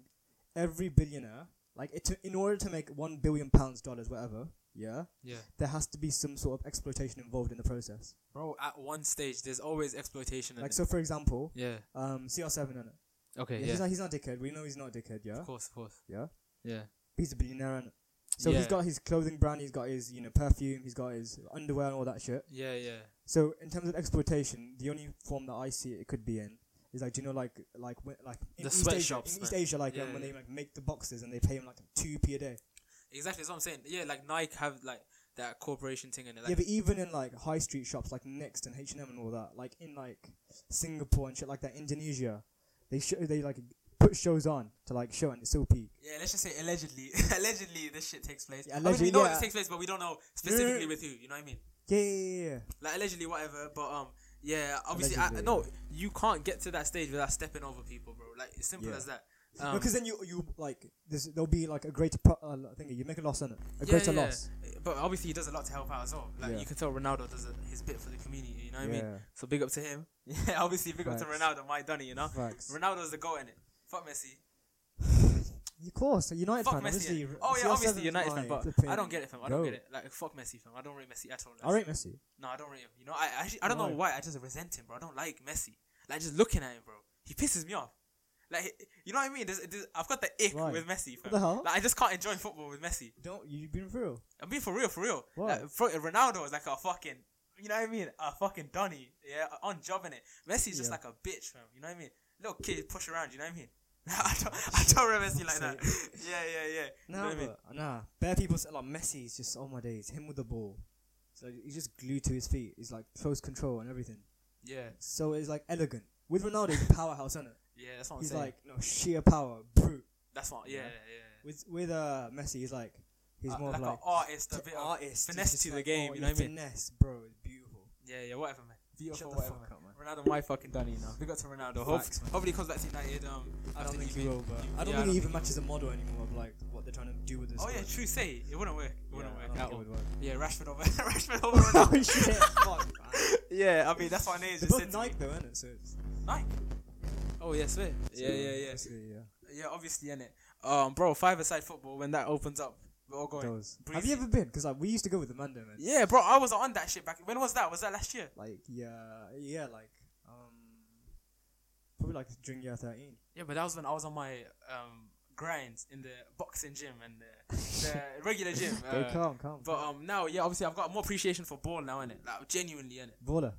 Speaker 2: Every billionaire, like it, in order to make one billion pounds, dollars, whatever, yeah,
Speaker 1: Yeah,
Speaker 2: there has to be some sort of exploitation involved in the process.
Speaker 1: bro. At one stage, there's always exploitation. in
Speaker 2: Like
Speaker 1: it.
Speaker 2: so, for example,
Speaker 1: yeah.
Speaker 2: um, CR7 in it.
Speaker 1: Okay.
Speaker 2: Yeah, He's not he's not a dickhead. We know he's not a dickhead. Yeah,
Speaker 1: Of course. Of course.
Speaker 2: Yeah.
Speaker 1: Yeah.
Speaker 2: he's a billionaire in So he's
Speaker 1: Yeah.
Speaker 2: got his clothing brand, he's got his you know perfume, he's got his underwear and all that shit.
Speaker 1: Yeah. Yeah.
Speaker 2: So in terms of exploitation, the only form that I see it could be in is like, do you know, like, like, when, like in
Speaker 1: The
Speaker 2: East
Speaker 1: sweatshops,
Speaker 2: Asia, in East
Speaker 1: man.
Speaker 2: Asia, like
Speaker 1: Yeah,
Speaker 2: um, when
Speaker 1: yeah.
Speaker 2: they like make the boxes and they pay them like two p a day.
Speaker 1: Exactly. That's what I'm saying. Yeah, like Nike have like that corporation thing in it. Like,
Speaker 2: yeah, but even in like high street shops like Next and H and M and all that, like in like Singapore and shit like that, Indonesia, they show they like put shows on to like show and it's so peak.
Speaker 1: yeah, let's just say allegedly. allegedly, this shit takes place. I
Speaker 2: Yeah,
Speaker 1: mean, we
Speaker 2: allegedly,
Speaker 1: know
Speaker 2: yeah.
Speaker 1: this takes place, but we don't know specifically with who. You know what I mean?
Speaker 2: Yeah, yeah, yeah, yeah.
Speaker 1: Like allegedly, whatever. But um, yeah. Obviously, I,
Speaker 2: Allegedly,
Speaker 1: no. You can't get to that stage without stepping over people, bro. Like it's simple
Speaker 2: Yeah.
Speaker 1: as that.
Speaker 2: No,
Speaker 1: Um,
Speaker 2: 'cause then you you like there's, there'll be like a greater pro- uh, thing. You make a loss on it, a
Speaker 1: Yeah,
Speaker 2: greater
Speaker 1: yeah.
Speaker 2: loss.
Speaker 1: But obviously, he does a lot to help out as well. Like
Speaker 2: Yeah.
Speaker 1: you can tell, Ronaldo does a, his bit for the community. You know what I mean?
Speaker 2: Yeah.
Speaker 1: So big up to him. Yeah, obviously, big up to
Speaker 2: Facts.
Speaker 1: Ronaldo, my Dunny. You know,
Speaker 2: Facts.
Speaker 1: Ronaldo's the goal in it. Fuck Messi.
Speaker 2: Of course, a United
Speaker 1: Fuck
Speaker 2: fan.
Speaker 1: Messi.
Speaker 2: Obviously,
Speaker 1: innit? Oh yeah,
Speaker 2: CR7
Speaker 1: obviously
Speaker 2: is
Speaker 1: United
Speaker 2: my
Speaker 1: fan, but
Speaker 2: flipping-
Speaker 1: I don't get it, fam. I don't
Speaker 2: goal.
Speaker 1: get it. Like fuck Messi, fam. I don't rate Messi at all.
Speaker 2: I rate Messi.
Speaker 1: No, I don't rate him. You know, I actually I don't
Speaker 2: Why?
Speaker 1: know why. I just resent him, bro. I don't like Messi. Like just looking at him, bro. He pisses me off. Like he- you know what I mean? There's, there's, I've got the ick
Speaker 2: Why?
Speaker 1: with Messi, fam.
Speaker 2: the hell?
Speaker 1: Like I just can't enjoy football with Messi.
Speaker 2: Don't you've been real?
Speaker 1: I'm being for real, for real.
Speaker 2: Why?
Speaker 1: Like, for, Ronaldo is like a fucking, you know what I mean? A fucking Donny, yeah, on job in it. Messi's just
Speaker 2: Yeah.
Speaker 1: like a bitch, fam. You know what I mean? Little kid push around, you know what I mean? I don't, I don't remember Messi like that. yeah, yeah, yeah. you know
Speaker 2: Nah,
Speaker 1: what I mean?
Speaker 2: but, nah. Bare people say like Messi is just oh my days. Him with the ball, so he's just glued to his feet. He's like close control and everything.
Speaker 1: Yeah,
Speaker 2: So it's like elegant. With Ronaldo, he's a powerhouse, isn't it?
Speaker 1: yeah, that's what I'm
Speaker 2: He's
Speaker 1: saying.
Speaker 2: like no sheer power, brute.
Speaker 1: that's what, yeah, yeah.
Speaker 2: Yeah.
Speaker 1: yeah.
Speaker 2: With with uh Messi, he's like he's
Speaker 1: Uh,
Speaker 2: more
Speaker 1: like
Speaker 2: of like
Speaker 1: an artist, a
Speaker 2: t-
Speaker 1: bit of,
Speaker 2: artist He's
Speaker 1: finesse
Speaker 2: just
Speaker 1: to the
Speaker 2: like,
Speaker 1: game,
Speaker 2: oh,
Speaker 1: you
Speaker 2: yeah,
Speaker 1: know what I mean?
Speaker 2: Finesse, bro. It's beautiful.
Speaker 1: yeah, yeah, whatever, man. Beautiful,
Speaker 2: Shut the
Speaker 1: whatever.
Speaker 2: fuck up, man.
Speaker 1: Ronaldo, my fucking Donny, you know. Big up to Ronaldo. Hope,
Speaker 2: Facts, man.
Speaker 1: hopefully, he comes back to United. Um,
Speaker 2: I don't
Speaker 1: after
Speaker 2: think
Speaker 1: DB.
Speaker 2: he will, but
Speaker 1: You-
Speaker 2: I don't
Speaker 1: yeah,
Speaker 2: think he even matches a model anymore of like what they're trying to do with this.
Speaker 1: Oh yeah, true. Say it wouldn't work. It wouldn't work at all. Yeah, Rashford over, Rashford over Ronaldo.
Speaker 2: oh shit! Fuck. man.
Speaker 1: Yeah, I mean that's what Nate
Speaker 2: They're
Speaker 1: just said.
Speaker 2: both
Speaker 1: to
Speaker 2: Nike
Speaker 1: me.
Speaker 2: though, isn't it? So it's
Speaker 1: Nike. Oh yeah, swear. Yeah, yeah, yeah,
Speaker 2: Basically, yeah.
Speaker 1: yeah. Obviously, in it. Um, bro, five-a-side football when that opens up, we're all going.
Speaker 2: Those. Have
Speaker 1: Breezy.
Speaker 2: you ever been? Because like we used to go with the Mando man.
Speaker 1: Yeah, bro, I was on that shit back. When was that? Was that last year?
Speaker 2: Like yeah, yeah, like um, probably like during year thirteen.
Speaker 1: Yeah, but that was when I was on my um grind in the boxing gym and the, the regular gym.
Speaker 2: Go
Speaker 1: uh,
Speaker 2: calm, calm.
Speaker 1: but um, now yeah, obviously I've got more appreciation for ball now, innit? Like genuinely, innit?
Speaker 2: Baller.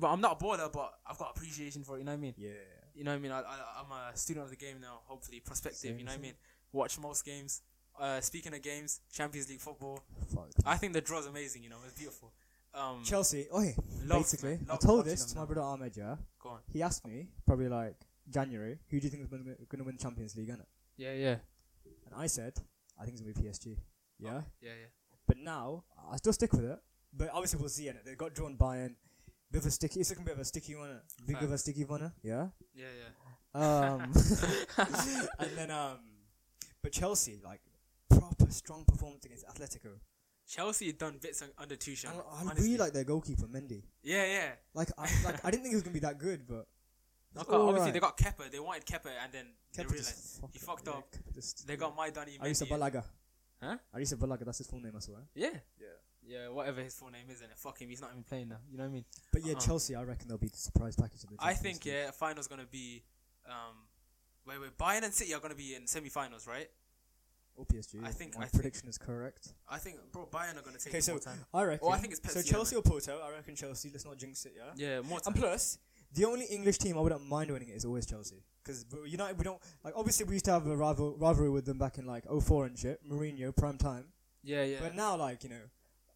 Speaker 1: But I'm not a baller, but I've got appreciation for it. You know what I mean?
Speaker 2: Yeah.
Speaker 1: you know what I mean. I, I I'm a student of the game now. Hopefully, prospective.
Speaker 2: Same,
Speaker 1: you know what I
Speaker 2: same.
Speaker 1: mean. Watch most games. Uh, speaking of games, Champions League football.
Speaker 2: Fuck.
Speaker 1: I think the draw's amazing. You know, it's beautiful. Um,
Speaker 2: Chelsea. Oh yeah.
Speaker 1: Love,
Speaker 2: Basically,
Speaker 1: man,
Speaker 2: I
Speaker 1: love
Speaker 2: told
Speaker 1: watching
Speaker 2: this
Speaker 1: them
Speaker 2: to my
Speaker 1: now.
Speaker 2: brother Ahmed. Yeah,
Speaker 1: go on.
Speaker 2: he asked me probably like January, who do you think is going to win Champions League? Innit?
Speaker 1: Yeah, yeah,
Speaker 2: And I said, I think it's going to be PSG. Yeah.
Speaker 1: yeah,
Speaker 2: But now I still stick with it. But obviously we'll see. Innit? They got drawn by and bit of a sticky. It's looking a bit of a sticky one. innit? Bit of a sticky one. innit? Yeah.
Speaker 1: yeah,
Speaker 2: Um,
Speaker 1: yeah,
Speaker 2: and then, um, but Chelsea, like, proper strong performance against Atletico.
Speaker 1: Chelsea had done bits un- under Tuchel.
Speaker 2: And I, I
Speaker 1: honestly.
Speaker 2: Oh, really like their goalkeeper, Mendy.
Speaker 1: Yeah, yeah.
Speaker 2: Like, I, like, I didn't think he was going to be that good, but.
Speaker 1: No,
Speaker 2: it's
Speaker 1: 'cause
Speaker 2: all
Speaker 1: obviously
Speaker 2: right.
Speaker 1: they got Kepper. They wanted Kepper, and then they
Speaker 2: Kepa
Speaker 1: realized
Speaker 2: just fucked
Speaker 1: he fucked
Speaker 2: yeah,
Speaker 1: up.
Speaker 2: Kepa just-
Speaker 1: they got my Danny.
Speaker 2: Arisa
Speaker 1: Mendy.
Speaker 2: Balaga.
Speaker 1: Huh?
Speaker 2: Arisa Balaga, that's his full name, I swear.
Speaker 1: Yeah.
Speaker 5: Yeah.
Speaker 1: Yeah, whatever his full name is, and fuck him, he's not even playing now. You know what I mean?
Speaker 2: But yeah,
Speaker 1: Uh-uh.
Speaker 2: Chelsea, I reckon they'll be the surprise package of the
Speaker 1: I
Speaker 2: Champions
Speaker 1: think
Speaker 2: League.
Speaker 1: yeah, finals gonna be. Um, wait, wait, Bayern and City are gonna be in semi-finals, right?
Speaker 2: Or PSG.
Speaker 1: I think-
Speaker 2: my
Speaker 1: I think-
Speaker 2: prediction is correct.
Speaker 1: I think, bro, Bayern are gonna take
Speaker 6: Okay,
Speaker 1: more
Speaker 6: so
Speaker 1: time.
Speaker 2: I reckon.
Speaker 1: Oh, I think it's
Speaker 6: So
Speaker 1: Pepsi.
Speaker 6: Chelsea or Porto? I reckon Chelsea. Let's not jinx it, yeah.
Speaker 1: Yeah, more time.
Speaker 6: And plus,
Speaker 2: the only English team I wouldn't mind winning it is always Chelsea. Because United, we don't like. Obviously, we used to have a rival rivalry with them back in like 04 and shit. Mourinho, prime time.
Speaker 1: yeah, yeah.
Speaker 2: But now, like you know,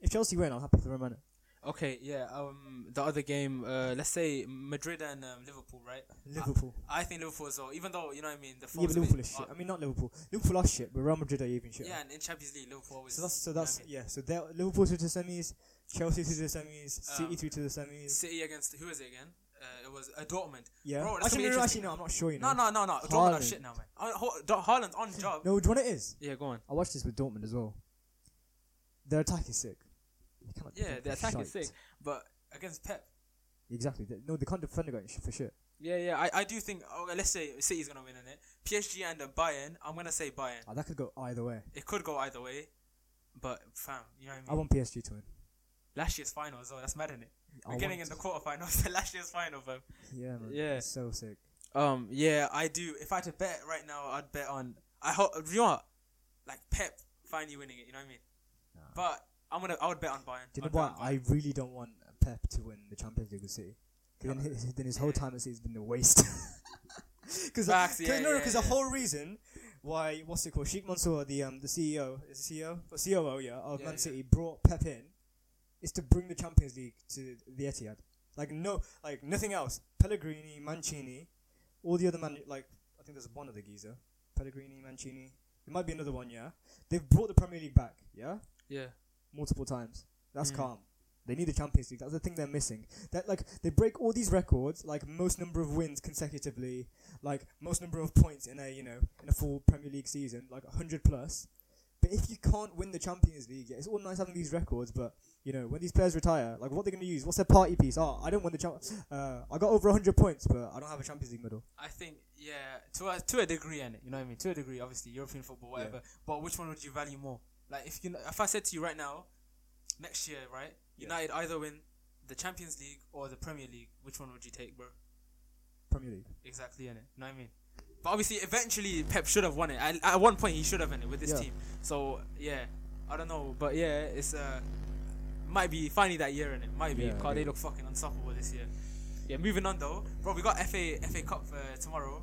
Speaker 2: if Chelsea win, I'm happy for them. innit?
Speaker 1: Okay, yeah. Um, the other game, uh, let's say Madrid and um, Liverpool, right?
Speaker 2: Liverpool.
Speaker 1: I think Liverpool as well. Even though you know what I mean, the
Speaker 2: yeah,
Speaker 1: form's
Speaker 2: but
Speaker 1: a
Speaker 2: Liverpool
Speaker 1: bit-
Speaker 2: is shit.
Speaker 1: uh,
Speaker 2: I mean, not Liverpool. Liverpool are shit, but Real Madrid are even shit.
Speaker 1: yeah, and in Champions League, Liverpool always.
Speaker 2: So that's so
Speaker 1: you know what
Speaker 2: that's
Speaker 1: I mean?
Speaker 2: yeah. So they're Liverpool through to the semis, Chelsea through to the semis, City
Speaker 1: Um,
Speaker 2: through to the semis.
Speaker 1: City against who is it again? Uh, it was uh, Dortmund.
Speaker 2: Yeah.
Speaker 1: bro, that's gonna
Speaker 2: actually,
Speaker 1: be
Speaker 2: no, no, actually,
Speaker 1: interesting.
Speaker 2: no. I'm not sure. You know.
Speaker 1: No, no, no, no. Dortmund are
Speaker 2: Haaland.
Speaker 1: shit now, man. Uh, Ho- Do- Haaland's on job.
Speaker 2: No, do you know what it is?
Speaker 1: Yeah, go on.
Speaker 2: I watched this with Dortmund as well. Their attack is sick. They cannot
Speaker 1: Yeah,
Speaker 2: defend
Speaker 1: the
Speaker 2: for
Speaker 1: attack is
Speaker 2: shite.
Speaker 1: sick, but against Pep.
Speaker 2: Exactly. They- No, they can't defend against for shit.
Speaker 1: Yeah, yeah, I, I do think. Oh, let's say City's gonna win in it. PSG and uh, Bayern. I'm gonna say Bayern.
Speaker 2: Ah, that could go either way.
Speaker 1: It could go either way, but fam, you know what I mean.
Speaker 2: I want PSG to win.
Speaker 1: last year's final as well. That's mad, is it?
Speaker 2: I
Speaker 1: We're getting in
Speaker 2: want-
Speaker 1: the quarterfinals. The last year's final, bro.
Speaker 2: Yeah, man.
Speaker 1: Yeah.
Speaker 2: It's so sick.
Speaker 1: Um, yeah, I do. If I had to bet right now, I'd bet on. I hope you know, what? like Pep finally winning it. You know what I mean?
Speaker 2: Nah.
Speaker 1: But I'm gonna. I would bet on Bayern.
Speaker 2: Do you
Speaker 1: I'd
Speaker 2: know
Speaker 1: bet on
Speaker 2: what?
Speaker 1: Bayern.
Speaker 2: I really don't want Pep to win the Champions League with City. 'Cause Then his, then his whole time at City's been a waste. Because
Speaker 1: Facts, yeah,
Speaker 2: no,
Speaker 1: yeah,
Speaker 2: because
Speaker 1: yeah.
Speaker 2: the whole reason why what's it called? Sheikh Mansour, the um the CEO, is the CEO, or COO, yeah, of
Speaker 1: Yeah,
Speaker 2: Man
Speaker 1: yeah.
Speaker 2: City, brought Pep in, is to bring the Champions League to the Etihad. Like no, like nothing else. Pellegrini, Mancini, all the other man, like I think there's one other geezer, Pellegrini, Mancini. There might be another one, yeah. They've brought the Premier League back, yeah
Speaker 1: Yeah.
Speaker 2: multiple times. That's
Speaker 1: Mm.
Speaker 2: calm. They need the Champions League. That's the thing they're missing. That like they break all these records, like most number of wins consecutively, like most number of points in a you know in a full Premier League season, like hundred plus. But if you can't win the Champions League, yeah, it's all nice having these records, but you know when these players retire, like what they're going to use? What's their party piece? Oh, I don't win the champ. Uh, I got over hundred points, but I don't have a Champions League medal.
Speaker 1: I think yeah, to a to a degree, and you know what I mean. To a degree, obviously European football, whatever. But which one would you value more? Like if you if I said to you right now, next year, right, United either win the Champions League or the Premier League, which one would you take, bro?
Speaker 2: Premier League.
Speaker 1: Exactly, innit? You know what I mean? But obviously, eventually Pep should have won it. At, at one point, he should have won it with this
Speaker 2: Yeah.
Speaker 1: team. So yeah, I don't know, but yeah, it's uh, might be finally that year in it. Might be.
Speaker 2: Yeah,
Speaker 1: Cause they
Speaker 2: yeah.
Speaker 1: look fucking unstoppable this year. Yeah, moving on though, bro. We got FA FA Cup uh, tomorrow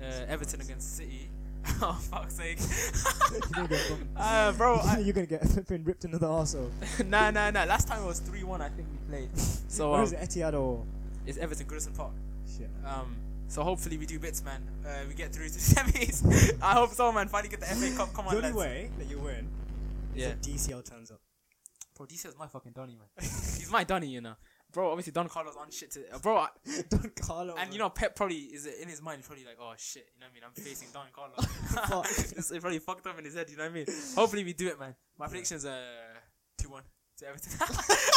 Speaker 1: uh, Everton against City. oh fuck's sake,
Speaker 2: You're gonna get, bumped.
Speaker 1: uh, bro! I,
Speaker 2: You're gonna get flipping ripped another arsehole.
Speaker 1: nah, nah, nah. Last time it was three one. I think we played. So
Speaker 2: Where
Speaker 1: um,
Speaker 2: is it Etihad or
Speaker 1: it's Everton Goodison Park.
Speaker 2: shit?
Speaker 1: Um, so hopefully we do bits, man. Uh, we get through to the semis. I hope so, man. Finally get the FA Cup. Come on,
Speaker 6: the only
Speaker 1: lads.
Speaker 6: way that you win is
Speaker 1: Yeah,
Speaker 6: if DCL turns up.
Speaker 1: bro. This is my fucking Donny, man. He's my Donny, you know. Bro, obviously Don Carlos on shit to uh, bro, I-
Speaker 2: Don Carlo.
Speaker 1: and you know Pep probably is in his mind probably like, oh shit, you know what I mean? I'm facing Don Carlos. it's it probably fucked up in his head, you know what I mean? Hopefully we do it, man. My predictions are two one to Everton.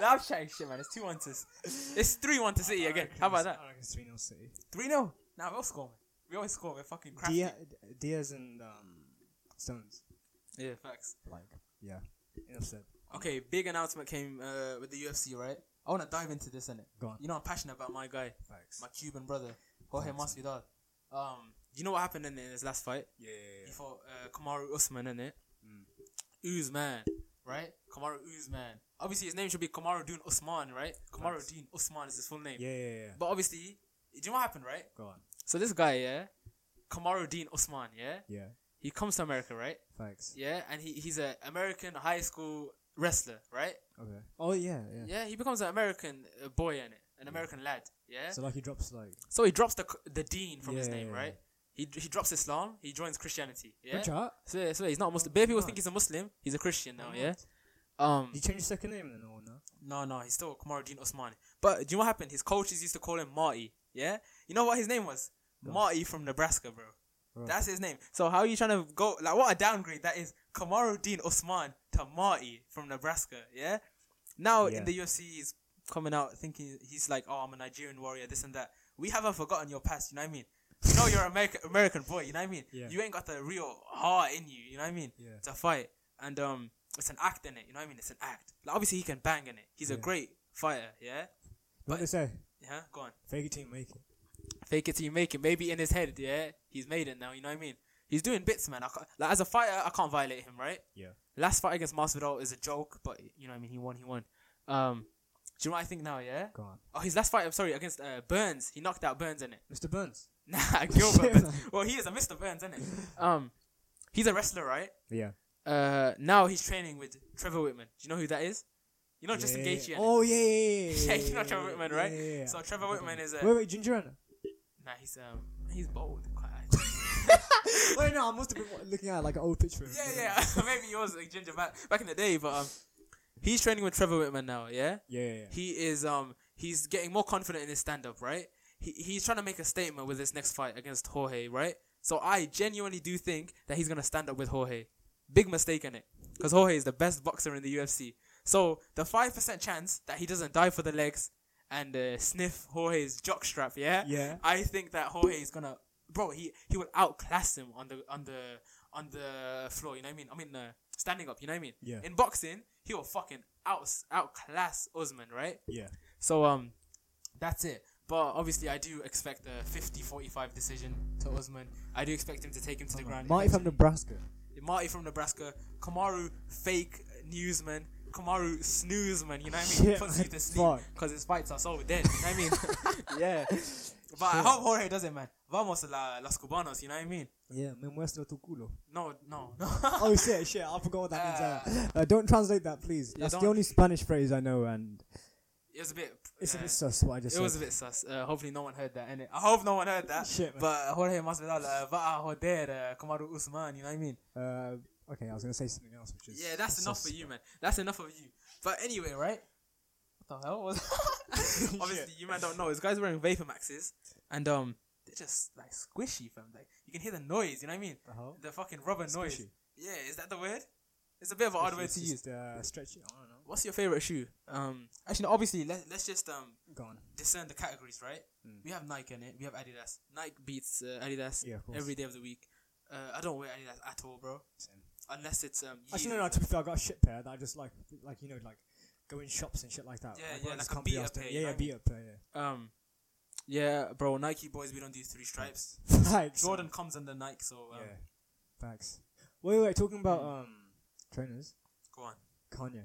Speaker 1: Now I'm chatting shit, man. It's two one to, it's three one to City
Speaker 6: I
Speaker 1: again.
Speaker 6: reckon
Speaker 1: How about
Speaker 6: it's-
Speaker 1: that?
Speaker 6: I reckon it's 3 0 City.
Speaker 1: Three 0 Now we all score, man. We always score. We're fucking crafty.
Speaker 2: Dia- Diaz and um, Stones.
Speaker 1: Yeah, facts.
Speaker 2: Like, yeah. Enough said.
Speaker 1: Okay, big announcement came uh, with the UFC, right? I want to dive into this, innit?
Speaker 2: Go on.
Speaker 1: You know, I'm passionate about my guy,
Speaker 6: Facts.
Speaker 1: my Cuban brother, Jorge
Speaker 2: Thanks,
Speaker 1: Masvidal. Um, you know what happened in, in his last fight?
Speaker 6: Yeah.
Speaker 1: He fought uh, Kamaru Usman, innit? Mm. Usman, right? Kamaru Usman. Obviously, his name should be Kamaru Dun Usman, right? Kamaru Dun Usman is his full name.
Speaker 6: Yeah, yeah, yeah.
Speaker 1: But obviously, do you know what happened, right?
Speaker 2: Go on.
Speaker 1: So this guy, yeah? Kamaru Dun Usman, yeah?
Speaker 2: Yeah.
Speaker 1: He comes to America, right?
Speaker 2: Thanks.
Speaker 1: Yeah, and he, he's an American high school wrestler, right?
Speaker 2: Okay. Oh yeah, yeah.
Speaker 1: Yeah, he becomes an American uh, boy in it, an American lad. Yeah. So,
Speaker 2: So like he drops like
Speaker 1: he drops the c- the dean from his
Speaker 2: Yeah,
Speaker 1: name,
Speaker 2: yeah,
Speaker 1: right? He he drops Islam. He joins Christianity. Yeah.
Speaker 2: Good chart.
Speaker 1: So, yeah, so he's not a Muslim. Bare people
Speaker 2: Right.
Speaker 1: think he's a Muslim. He's a Christian now. Yeah. Um.
Speaker 2: Did he change his second name then or no?
Speaker 1: No, no, he's still Kamaruddin Osmani. But do you know what happened? His coaches used to call him Marty. Yeah. You know what his name was?
Speaker 2: Go on.
Speaker 1: Marty from Nebraska, bro.
Speaker 2: Right.
Speaker 1: That's his name. So how are you trying to go like what a downgrade that is? Kamaruddin Osman to Marty from Nebraska, yeah. Now
Speaker 2: Yeah.
Speaker 1: in the UFC, he's coming out thinking he's like, oh, I'm a Nigerian warrior, this and that. We haven't forgotten your past, you know what I mean? You know you're American American boy. You know what I mean?
Speaker 7: Yeah.
Speaker 1: You ain't got the real heart in you. You know what I mean?
Speaker 7: Yeah.
Speaker 1: To fight, and um, it's an act in it. You know what I mean? It's an act. Like obviously he can bang in it. He's a
Speaker 7: Yeah.
Speaker 1: great fighter. Yeah.
Speaker 7: What they say?
Speaker 1: Yeah. Go on.
Speaker 7: Fake it till you make it.
Speaker 1: Fake it till you make it. Maybe in his head, yeah, he's made it now. You know what I mean? He's doing bits, man. I can't, like as a fighter, I can't violate him, right?
Speaker 7: Yeah.
Speaker 1: Last fight against Masvidal is a joke, but you know what I mean. He won. He won. Um, do you know what I think now? Yeah.
Speaker 7: Go on.
Speaker 1: Oh, his last fight. I'm sorry, against uh, Burns. He knocked out Burns in it.
Speaker 7: Mr. Burns.
Speaker 1: Nah, Gilbert. Burns.
Speaker 2: man.
Speaker 1: Well, he is a Mr. Burns, isn't it? Um, he's a wrestler, right?
Speaker 7: Yeah.
Speaker 1: Uh, now he's training with Trevor Whitman. Do you know who that is? You know Justin
Speaker 7: Yeah.
Speaker 1: Gaethje. innit?
Speaker 7: Oh yeah, yeah,
Speaker 1: Yeah,
Speaker 7: yeah.
Speaker 1: you know Trevor Whitman, right?
Speaker 7: Yeah, yeah, yeah.
Speaker 1: So Trevor Whitman is a
Speaker 7: Wait, wait, Ginger Anna.
Speaker 1: nah. He's um he's bold. Quite.
Speaker 2: Wait, no, I must have been looking at like an old picture of him.
Speaker 1: yeah, yeah. Maybe yours like Ginger back back in the day, but um, he's training with Trevor Whitman now. Yeah.
Speaker 7: Yeah, yeah, yeah.
Speaker 1: He is um he's getting more confident in his stand up, right? He, he's trying to make a statement with this next fight against Jorge, right? So I genuinely do think that he's gonna stand up with Jorge. Big mistake in it, because Jorge is the best boxer in the UFC. So the five percent chance that he doesn't dive for the legs and uh, sniff Jorge's jockstrap, yeah,
Speaker 7: Yeah.
Speaker 1: I think that Jorge is gonna, bro. He he will outclass him on the on the on the floor. You know what I mean? I mean, uh, standing up. You know what I mean?
Speaker 7: Yeah.
Speaker 1: In boxing, he will fucking out outclass Usman, right?
Speaker 7: Yeah.
Speaker 1: So um, that's it. But obviously, I do expect a 50-45 decision to Usman. I do expect him to take him to the ground.
Speaker 2: Marty from Nebraska.
Speaker 1: Marty from Nebraska. Kamaru, fake newsman. Kamaru, snoozeman. You know what I mean?
Speaker 2: Shit,
Speaker 1: Puts
Speaker 2: man.
Speaker 1: you to sleep
Speaker 2: Fuck.
Speaker 1: because his fights are so dead. You know what I mean?
Speaker 2: Yeah.
Speaker 1: but I hope Jorge does it, man. Vamos a la, las cubanos. You know what I mean?
Speaker 2: yeah, me muestra tu culo.
Speaker 1: No, no, no.
Speaker 2: oh shit, shit, I forgot what that means. Uh, uh, don't translate that, please.
Speaker 1: Yeah,
Speaker 2: That's the
Speaker 1: don't-
Speaker 2: only Spanish phrase I know, and
Speaker 1: It was a bit.
Speaker 2: it's
Speaker 1: uh,
Speaker 2: a bit sus what I just
Speaker 1: It
Speaker 2: said.
Speaker 1: was a bit sus. Uh, hopefully, no one heard that. And I hope no one heard that.
Speaker 2: Shit, man.
Speaker 1: But Jorge Masvidal, uh, Va'a Joder, uh, Kamaru Usman. You know what I mean?
Speaker 2: uh, okay, I was gonna say something else, which is
Speaker 1: Yeah, that's enough for you, man. That's enough of you. But anyway, right? What the hell was? Obviously, you man don't know. This guy's wearing Vapor Maxes, and um, they're just like squishy, fam. Like you can hear the noise. You know what I mean?
Speaker 2: Uh-huh.
Speaker 1: The fucking rubber noise.
Speaker 2: Squishy.
Speaker 1: Yeah, is that the word? It's a bit of an odd word
Speaker 2: It's
Speaker 1: to use.
Speaker 2: just, Uh, stretch it. I don't know.
Speaker 1: What's your favorite shoe? Um, actually, no, obviously, let, let's just um
Speaker 2: Gone.
Speaker 1: discern the categories, right? We have Nike in it. We have Adidas. Nike beats uh, Adidas
Speaker 2: Mm. Yeah, of course.
Speaker 1: every day of the week. Uh, I don't wear Adidas at all, bro.
Speaker 2: Same.
Speaker 1: Unless it's um.
Speaker 2: Actually,
Speaker 1: Yeezy.
Speaker 2: no, no. To be fair, I got a shit pair that I just like, like you know, like go in shops and shit like that.
Speaker 1: Yeah,
Speaker 2: Like,
Speaker 1: yeah,
Speaker 2: I
Speaker 1: like
Speaker 2: just
Speaker 1: a
Speaker 2: can't be
Speaker 1: beat-up
Speaker 2: arsed to-
Speaker 1: pair, you know
Speaker 2: Yeah, yeah,
Speaker 1: what I mean?
Speaker 2: beat up pair.
Speaker 1: Um, yeah, bro. Nike boys, we don't do three stripes.
Speaker 2: Yeah. Facts.
Speaker 1: Jordan comes under Nike, so um,
Speaker 2: Yeah. Facts. Wait, wait. Talking about
Speaker 1: Hmm.
Speaker 2: um trainers.
Speaker 1: go on.
Speaker 2: Kanye,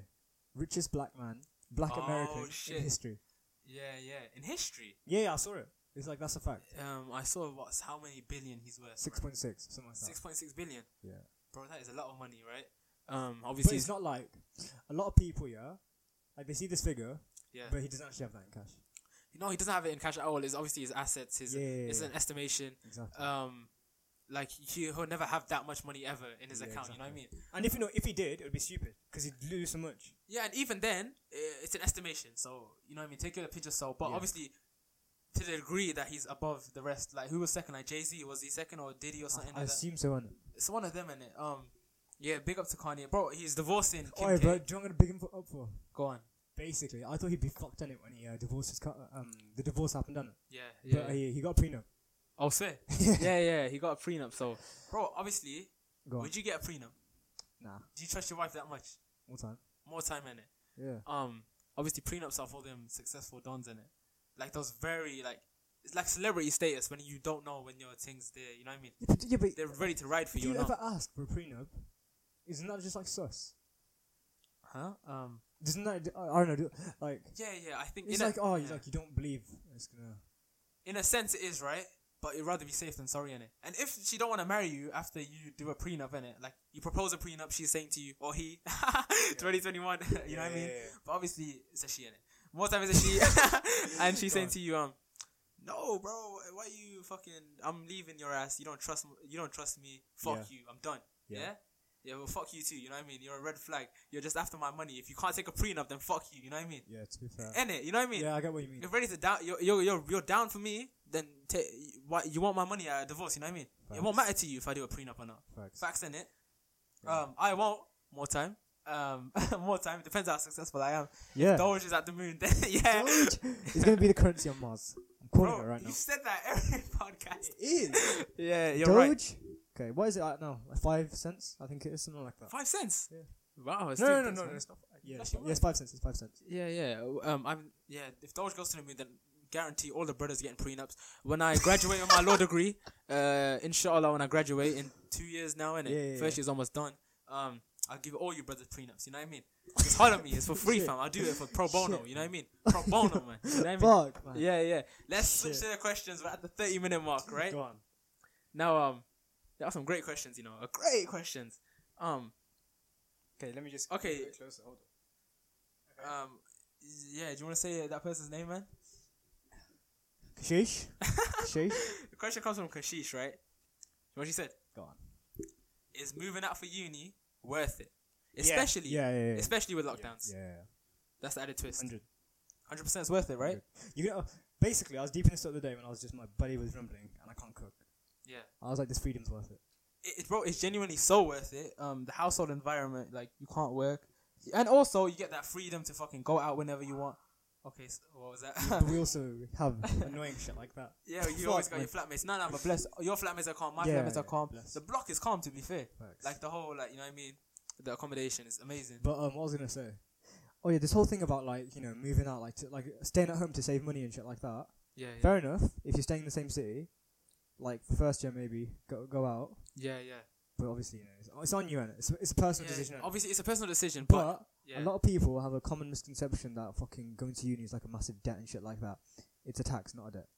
Speaker 2: richest black man, black
Speaker 1: Oh,
Speaker 2: American
Speaker 1: shit.
Speaker 2: in history.
Speaker 1: Yeah, yeah. In history,
Speaker 2: Yeah, yeah, I saw it. It's like that's a fact.
Speaker 1: um, I saw what's how many billion he's worth.
Speaker 2: Six point six, something like that.
Speaker 1: Six point six billion,
Speaker 2: Yeah,
Speaker 1: bro. That is a lot of money, right? Um,
Speaker 2: but
Speaker 1: obviously,
Speaker 2: it's not like a lot of people. Yeah, like they see this figure,
Speaker 1: yeah. Uh,
Speaker 2: but he doesn't actually have that in cash.
Speaker 1: No, he doesn't have it in cash at all. It's obviously his assets. His
Speaker 2: Yeah, yeah,
Speaker 1: it's
Speaker 2: yeah.
Speaker 1: an estimation.
Speaker 2: Exactly.
Speaker 1: Um, like he, he'll never have that much money ever in his
Speaker 2: Yeah,
Speaker 1: account. You know what I mean?
Speaker 2: And if you know, if he did, it would be stupid because he'd lose so much.
Speaker 1: Yeah, and even then, uh, it's an estimation. So you know what I mean. Take it with a pinch of salt. But
Speaker 2: Yeah.
Speaker 1: obviously, to the degree that he's above the rest, like who was second? Like Jay Z was he second or Diddy or something?
Speaker 2: I, I
Speaker 1: like
Speaker 2: assume so. Isn't it?
Speaker 1: that. It's one of them in it. Um, yeah. Big up to Kanye, bro. He's divorcing Kim
Speaker 2: Alright,
Speaker 1: K.
Speaker 2: bro, do you want to big him for, up for?
Speaker 1: Go on.
Speaker 2: Basically, I thought he'd be fucked on it when he uh, divorced his cut. Um, the divorce happened, done it.
Speaker 1: Yeah,
Speaker 2: Yeah.
Speaker 1: yeah.
Speaker 2: But uh, he, he got a prenup.
Speaker 1: I'll Oh, swear. yeah, yeah. He got a prenup. So, bro, obviously,
Speaker 2: Go on.
Speaker 1: would you get a prenup?
Speaker 2: nah,
Speaker 1: Do you trust your wife that much?
Speaker 2: all time.
Speaker 1: More time in it.
Speaker 2: Yeah.
Speaker 1: um obviously prenups are for them successful dons in it. Like those very like it's like celebrity status when you don't know when your thing's there, you know what I mean?
Speaker 2: Yeah, but, yeah, but
Speaker 1: They're ready to ride for
Speaker 2: do
Speaker 1: you,
Speaker 2: you
Speaker 1: or not.
Speaker 2: ever ask for a prenup? Isn't that just like sus?
Speaker 1: Huh? Um
Speaker 2: Doesn't that I I don't know? do- Like
Speaker 1: yeah, yeah, I think
Speaker 2: it's
Speaker 1: in
Speaker 2: like
Speaker 1: a,
Speaker 2: oh, he's
Speaker 1: yeah.
Speaker 2: like you don't believe it's gonna.
Speaker 1: in a sense it is, right? But you'd rather be safe than sorry in it. And if she don't want to marry you after you do a prenup in it, like you propose a prenup, she's saying to you or he, twenty twenty one, you know what I
Speaker 2: Yeah,
Speaker 1: mean?
Speaker 2: yeah, yeah.
Speaker 1: But obviously it's a she in it. More time it's a she, and she's
Speaker 2: Go
Speaker 1: saying
Speaker 2: on.
Speaker 1: to you, um, no, bro, why you fucking? I'm leaving your ass. You don't trust. m- You don't trust me. Fuck you. I'm done. Yeah.
Speaker 2: Yeah.
Speaker 1: yeah. well, fuck you too. You know what I mean? You're a red flag. You're just after my money. If you can't take a prenup, then fuck you. You know what I mean?
Speaker 2: Yeah, to be fair.
Speaker 1: In it, you know what I mean?
Speaker 2: yeah, I get what you mean.
Speaker 1: You're ready to down. You're you're you're, you're down for me. Then ta- why you want my money at a divorce? You know what I mean? It won't matter to you if I do a prenup or not.
Speaker 2: Facts.
Speaker 1: Facts in it.
Speaker 2: Yeah.
Speaker 1: Um, I won't. More time. Um, more time. Depends how successful I am.
Speaker 2: Yeah.
Speaker 1: Doge is at the moon. yeah.
Speaker 2: Doge. it's gonna be the currency on Mars. I'm calling
Speaker 1: Bro,
Speaker 2: it right now.
Speaker 1: you said that every podcast.
Speaker 8: It is.
Speaker 1: Yeah, you're
Speaker 2: Doge.
Speaker 1: right.
Speaker 2: Okay, what is it at now? Like five cents? I think it is something like that.
Speaker 1: Five cents.
Speaker 2: Yeah.
Speaker 1: Wow. it's
Speaker 8: No,
Speaker 1: doing
Speaker 8: no, no,
Speaker 1: things,
Speaker 8: no,
Speaker 1: man.
Speaker 8: no, it's
Speaker 2: Yeah,
Speaker 1: That's
Speaker 2: it's fi-
Speaker 1: your
Speaker 2: yeah, it's five cents. It's five cents.
Speaker 1: Yeah, yeah. Um, I'm yeah. If Doge goes to the moon, then guarantee all the brothers getting prenups. When I graduate with my law degree, uh, inshallah, when I graduate in two years now, innit?
Speaker 2: Yeah, yeah,
Speaker 1: First
Speaker 2: yeah.
Speaker 1: year's almost done. Um, I'll give all you brothers prenups. You know what I mean? It's hard on me. It's for free,
Speaker 2: Shit.
Speaker 1: fam. I'll do it for pro bono.
Speaker 2: Shit.
Speaker 1: You know what I mean? Pro bono, man. You know what I mean?
Speaker 2: Fuck, man.
Speaker 1: Yeah, yeah. Let's switch
Speaker 2: Shit.
Speaker 1: to the questions. We're at the thirty-minute mark, right?
Speaker 2: Go on.
Speaker 1: Now, um, there are some great questions. You know, uh, great questions. Um,
Speaker 8: Okay, let me just.
Speaker 1: Okay.
Speaker 8: get a bit Closer. Hold on.
Speaker 1: um, yeah. Do you want to say uh, that person's name, man?
Speaker 2: Sheesh. Sheesh.
Speaker 1: The question comes from Kashish, right? What she said
Speaker 2: Go on.
Speaker 1: is moving out for uni worth it, especially
Speaker 2: Yeah, yeah, yeah.
Speaker 1: especially with lockdowns.
Speaker 2: yeah,
Speaker 1: That's the added twist.
Speaker 2: hundred.
Speaker 1: Hundred percent is worth it, right?
Speaker 2: You know, basically, I was deep in this the other day when I was just my belly was rumbling and I can't cook.
Speaker 1: Yeah,
Speaker 2: I was like, this freedom's worth it.
Speaker 1: it, it, bro, it's genuinely so worth it. Um, the household environment, like you can't work, and also you get that freedom to fucking go out whenever you want. Okay, so what was that?
Speaker 2: but we also have annoying shit like that.
Speaker 1: yeah, you
Speaker 2: Fuck,
Speaker 1: always got
Speaker 2: man.
Speaker 1: your flatmates. No, no, but bless your flatmates are calm. My
Speaker 2: Yeah,
Speaker 1: flatmates are
Speaker 2: yeah,
Speaker 1: calm.
Speaker 2: bless.
Speaker 1: The block is calm, to be fair.
Speaker 2: Facts.
Speaker 1: Like the whole, like you know what I mean. The accommodation is amazing.
Speaker 2: But um, what was I gonna say? Oh yeah, this whole thing about like you know moving out, like to, like staying at home to save money and shit like that.
Speaker 1: Yeah, yeah,
Speaker 2: Fair enough. If you're staying in the same city, like first year maybe go go out,
Speaker 1: yeah, yeah.
Speaker 2: but obviously you know it's, it's on you and it's, it's a personal
Speaker 1: Yeah,
Speaker 2: decision. innit?
Speaker 1: Obviously, it's a personal decision, but,
Speaker 2: but
Speaker 1: yeah.
Speaker 2: a lot of people have a common misconception that fucking going to uni is like a massive debt and shit like that. It's a tax, not a debt.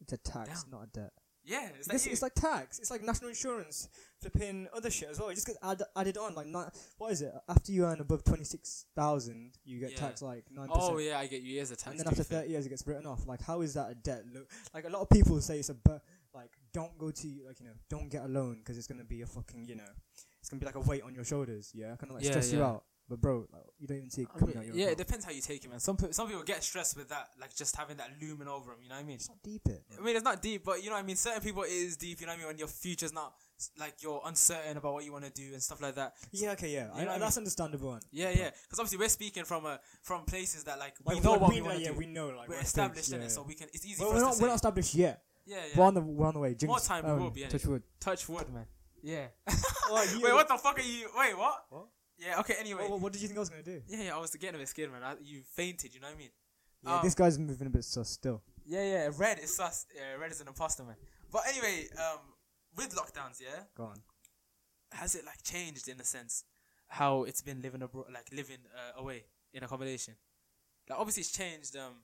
Speaker 2: It's a tax,
Speaker 1: Damn.
Speaker 2: not a debt.
Speaker 1: yeah, it's like
Speaker 2: This,
Speaker 1: you.
Speaker 2: it's like tax. It's like national insurance, flipping other shit as well. It just gets add, added on. Like, nine, what is it? After you earn above twenty six thousand, you get
Speaker 1: Yeah.
Speaker 2: taxed like nine
Speaker 1: oh
Speaker 2: percent.
Speaker 1: yeah, I get you. Years of tax.
Speaker 2: And then
Speaker 1: to be
Speaker 2: after
Speaker 1: fair.
Speaker 2: thirty years, it gets written off. Like, how is that a debt? Look, like a lot of people say it's a bur- like don't go to like you know don't get a loan because it's gonna be a fucking you know it's gonna be like a weight on your shoulders. Yeah, kind of like
Speaker 1: Yeah,
Speaker 2: stress you
Speaker 1: yeah.
Speaker 2: out. But bro, like, you don't even see it
Speaker 1: I
Speaker 2: coming
Speaker 1: mean,
Speaker 2: out your
Speaker 1: yeah, it
Speaker 2: account.
Speaker 1: depends how you take it, man. Some pe- some people get stressed with that, like just having that looming over them. You know what I mean?
Speaker 2: It's not deep it.
Speaker 1: I mean, it's not deep, but you know what I mean. Certain people it is deep. You know what I mean? When your future's not s- like you're uncertain about what you want to do and stuff like that.
Speaker 2: Yeah, okay, yeah,
Speaker 1: know what I
Speaker 2: I,
Speaker 1: mean?
Speaker 2: that's understandable. One.
Speaker 1: Yeah, yeah. Because obviously we're speaking from a from places that like we
Speaker 2: Like,
Speaker 1: know
Speaker 2: we-
Speaker 1: what
Speaker 2: we
Speaker 1: we want to
Speaker 2: yeah,
Speaker 1: do.
Speaker 2: we know like
Speaker 1: we're
Speaker 2: what it is,
Speaker 1: established in
Speaker 2: yeah,
Speaker 1: it,
Speaker 2: yeah.
Speaker 1: so we can. It's easy
Speaker 2: Well,
Speaker 1: for
Speaker 2: we're
Speaker 1: us
Speaker 2: not
Speaker 1: to
Speaker 2: we're not
Speaker 1: say.
Speaker 2: established yet.
Speaker 1: Yeah,
Speaker 2: We're
Speaker 1: yeah.
Speaker 2: on the we're on the way. Jinx.
Speaker 1: More time, we
Speaker 2: Oh,
Speaker 1: will be,
Speaker 2: Touch
Speaker 1: innit?
Speaker 2: wood.
Speaker 1: Touch wood, man. Yeah.
Speaker 2: Oh, you-
Speaker 1: Wait, what the fuck are you? Wait, what?
Speaker 2: What?
Speaker 1: Yeah. Okay. Anyway.
Speaker 2: What, what, what did you think I was gonna do?
Speaker 1: Yeah, yeah. I was getting a bit scared, man. I, you fainted. You know what I mean?
Speaker 2: Yeah,
Speaker 1: Um,
Speaker 2: this guy's moving a bit sus still.
Speaker 1: Yeah, yeah. Red is sus. Yeah, red is an imposter, man. But anyway, um, with lockdowns, yeah,
Speaker 2: Go on.
Speaker 1: has it like changed in a sense how it's been living abroad, like living uh, away in accommodation? Like obviously it's changed. Um,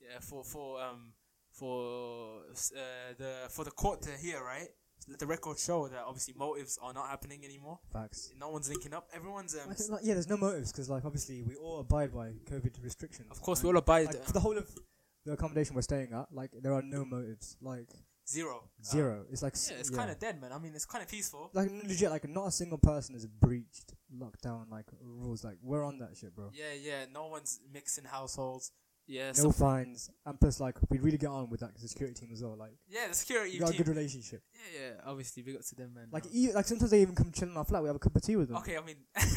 Speaker 1: yeah, for for um for uh, the for the court to hear, right? Let the record show that obviously motives are not happening anymore.
Speaker 2: Facts.
Speaker 1: No one's linking up. Everyone's um,
Speaker 2: Like, like, yeah, there's no motives because like obviously we all abide by COVID restrictions.
Speaker 1: of course we
Speaker 2: and,
Speaker 1: all abide
Speaker 2: like, for the whole of the accommodation we're staying at. Like there are no motives. Like
Speaker 1: zero Um,
Speaker 2: zero. it's like s-
Speaker 1: yeah, it's kind of dead, man. I mean, it's kind of peaceful.
Speaker 2: like legit. Like not a single person has breached lockdown like rules. Like we're on that shit, bro.
Speaker 1: Yeah, yeah. No one's mixing households. Yeah,
Speaker 2: no
Speaker 1: so,
Speaker 2: fines. And plus, like we really get on with that 'cause the security team as well. Like
Speaker 1: yeah. The
Speaker 2: we
Speaker 1: security
Speaker 2: got a
Speaker 1: team.
Speaker 2: good relationship.
Speaker 1: yeah, yeah. Obviously, big up to them, man.
Speaker 2: Like
Speaker 1: Um,
Speaker 2: e- like sometimes they even come chill in our flat. We have a cup of tea with them.
Speaker 1: okay, I mean,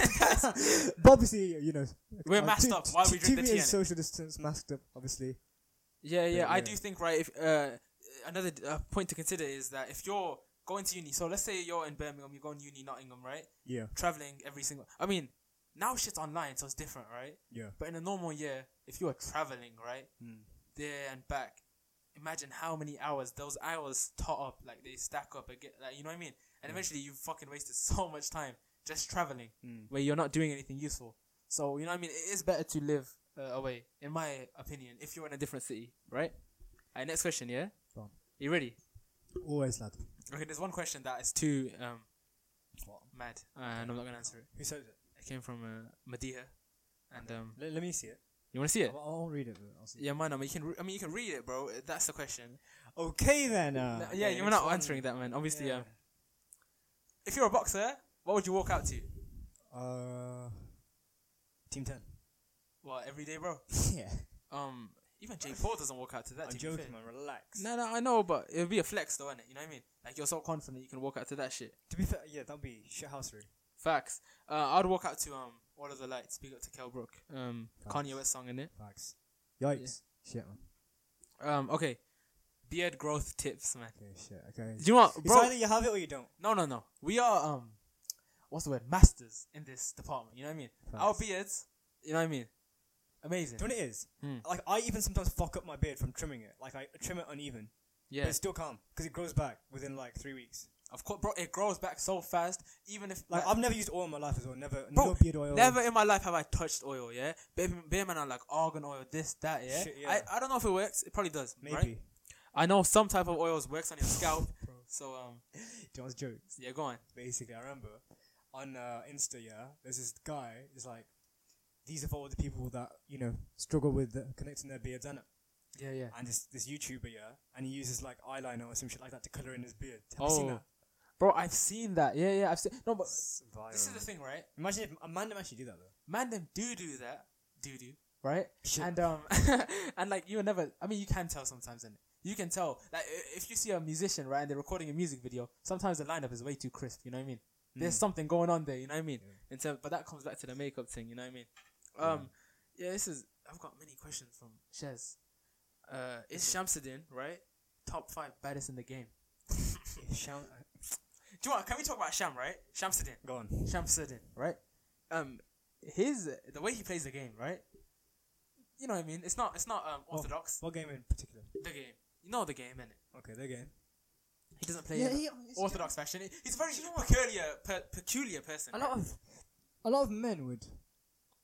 Speaker 2: but obviously, you know,
Speaker 1: We're
Speaker 2: like,
Speaker 1: masked
Speaker 2: two-
Speaker 1: up. Why
Speaker 2: two-
Speaker 1: we drink
Speaker 2: two
Speaker 1: the tea,
Speaker 2: meters
Speaker 1: innit?
Speaker 2: social distance, masked up, obviously.
Speaker 1: yeah, yeah.
Speaker 2: Yeah,
Speaker 1: I
Speaker 2: yeah.
Speaker 1: do think right. If uh, another uh, point to consider is that if you're going to uni, so let's say you're in Birmingham, you're going to uni Nottingham, right?
Speaker 2: Yeah,
Speaker 1: Traveling every single. I mean, now shit's online, so it's different, right?
Speaker 2: yeah.
Speaker 1: But in a normal year, if you are traveling, right,
Speaker 2: Mm.
Speaker 1: there and back, imagine how many hours those hours tot up, like they stack up again. Like you know what I mean? And eventually, you fucking wasted so much time just traveling. where you're not doing anything useful. So you know, what I mean, it is better to live uh, away, in my opinion, if you're in a different city, right? All right, next question, yeah.
Speaker 2: Go on.
Speaker 1: You ready?
Speaker 2: Always, lad.
Speaker 1: Okay, there's one question that is too um,
Speaker 8: What?
Speaker 1: mad, uh, and I'm not gonna answer it.
Speaker 8: Who said it?
Speaker 1: It came from uh, Madea, and um,
Speaker 8: Let, let me see it.
Speaker 1: you want to see it?
Speaker 2: I'll, I'll read it. but I'll see.
Speaker 1: Yeah, mine. I mean, you can. Re- I mean, you can read it, bro. That's the question.
Speaker 8: Okay then. Uh,
Speaker 1: No, yeah,
Speaker 8: okay,
Speaker 1: you're
Speaker 8: next
Speaker 1: not
Speaker 8: one.
Speaker 1: answering that, man. Obviously,
Speaker 8: Yeah.
Speaker 1: um, if you're a boxer, what would you walk out to?
Speaker 8: Uh, Team Ten.
Speaker 1: Well, every day, bro.
Speaker 2: yeah.
Speaker 1: Um, even Jake Paul doesn't walk out to that.
Speaker 8: I'm
Speaker 1: to be fair.
Speaker 8: joking, man. Relax.
Speaker 1: No, no, I know, but it would be a flex, though, innit? You know what I mean? Like you're so confident you can walk out to that shit.
Speaker 8: To be fair, yeah, that'll be shithousery.
Speaker 1: Facts. Uh, I'd walk out to um all of the lights. Big up to Kel Brook. Um, Kanye West song in it.
Speaker 2: Facts. Yikes. Shit, man.
Speaker 1: Um, okay, beard growth tips, man.
Speaker 2: Okay, shit. Okay.
Speaker 1: Do you know what,
Speaker 2: It's
Speaker 1: bro?
Speaker 2: either you have it or you don't.
Speaker 1: No, no, no. We are um, what's the word? Masters in this department. You know what I mean? Our beards. You know what I mean? Amazing.
Speaker 2: Do you know what it is?
Speaker 1: Hmm.
Speaker 2: Like I even sometimes fuck up my beard from trimming it. Like I trim it uneven,
Speaker 1: Yeah.
Speaker 2: but it's still calm because it grows back within like three weeks.
Speaker 1: Of course, bro. It grows back so fast. Even if
Speaker 2: Like I've never used oil in my life as well. Never,
Speaker 1: Bro,
Speaker 2: no beard oil.
Speaker 1: Never in my life have I touched oil, yeah? Beer, beer man are like argan oil, this, that, yeah?
Speaker 2: Shit, yeah.
Speaker 1: I, I don't know if it works. It probably does,
Speaker 2: Maybe.
Speaker 1: right? I know some type of oils works on your scalp. so, um,
Speaker 2: John's joke.
Speaker 1: yeah, go on.
Speaker 2: basically. I remember on uh, Insta, yeah, there's this guy. He's like, these are for all the people that you know struggle with uh, connecting their beards, and
Speaker 1: Yeah, yeah.
Speaker 2: and this this YouTuber, yeah, and he uses like eyeliner or some shit like that to color in his beard. Have you seen
Speaker 1: Oh,
Speaker 2: that?
Speaker 1: bro, I've seen that. Yeah, yeah, I've seen. No, but this is the thing, right?
Speaker 2: Imagine if Amanda actually did that though.
Speaker 1: Man, them do do that, do do, right?
Speaker 2: Shit.
Speaker 1: And um, and like you never. I mean, you can tell sometimes, and you can tell. Like i- if you see a musician, right, and they're recording a music video, sometimes the lineup is way too crisp. You know what I mean? There's something going on there. You know what I mean? In terms, but that comes back to the makeup thing. You know what I mean? Um, yeah. this is. I've got many questions from Shez. Uh, is Shamsuddin right? Top five baddest in the game.
Speaker 2: Shall-
Speaker 1: uh, Do you want? Can we talk about Sham? Right? Shamsuddin.
Speaker 2: Go on.
Speaker 1: Shamsuddin, right? Um, his the way he plays the game, right? You know what I mean? It's not it's not um,
Speaker 2: Well-
Speaker 1: orthodox.
Speaker 2: What game in particular?
Speaker 1: The game, you know the game, innit?
Speaker 2: Okay, their game.
Speaker 1: He doesn't play in orthodox fashion. He- He's a very peculiar per, peculiar person.
Speaker 9: A lot of a lot of men would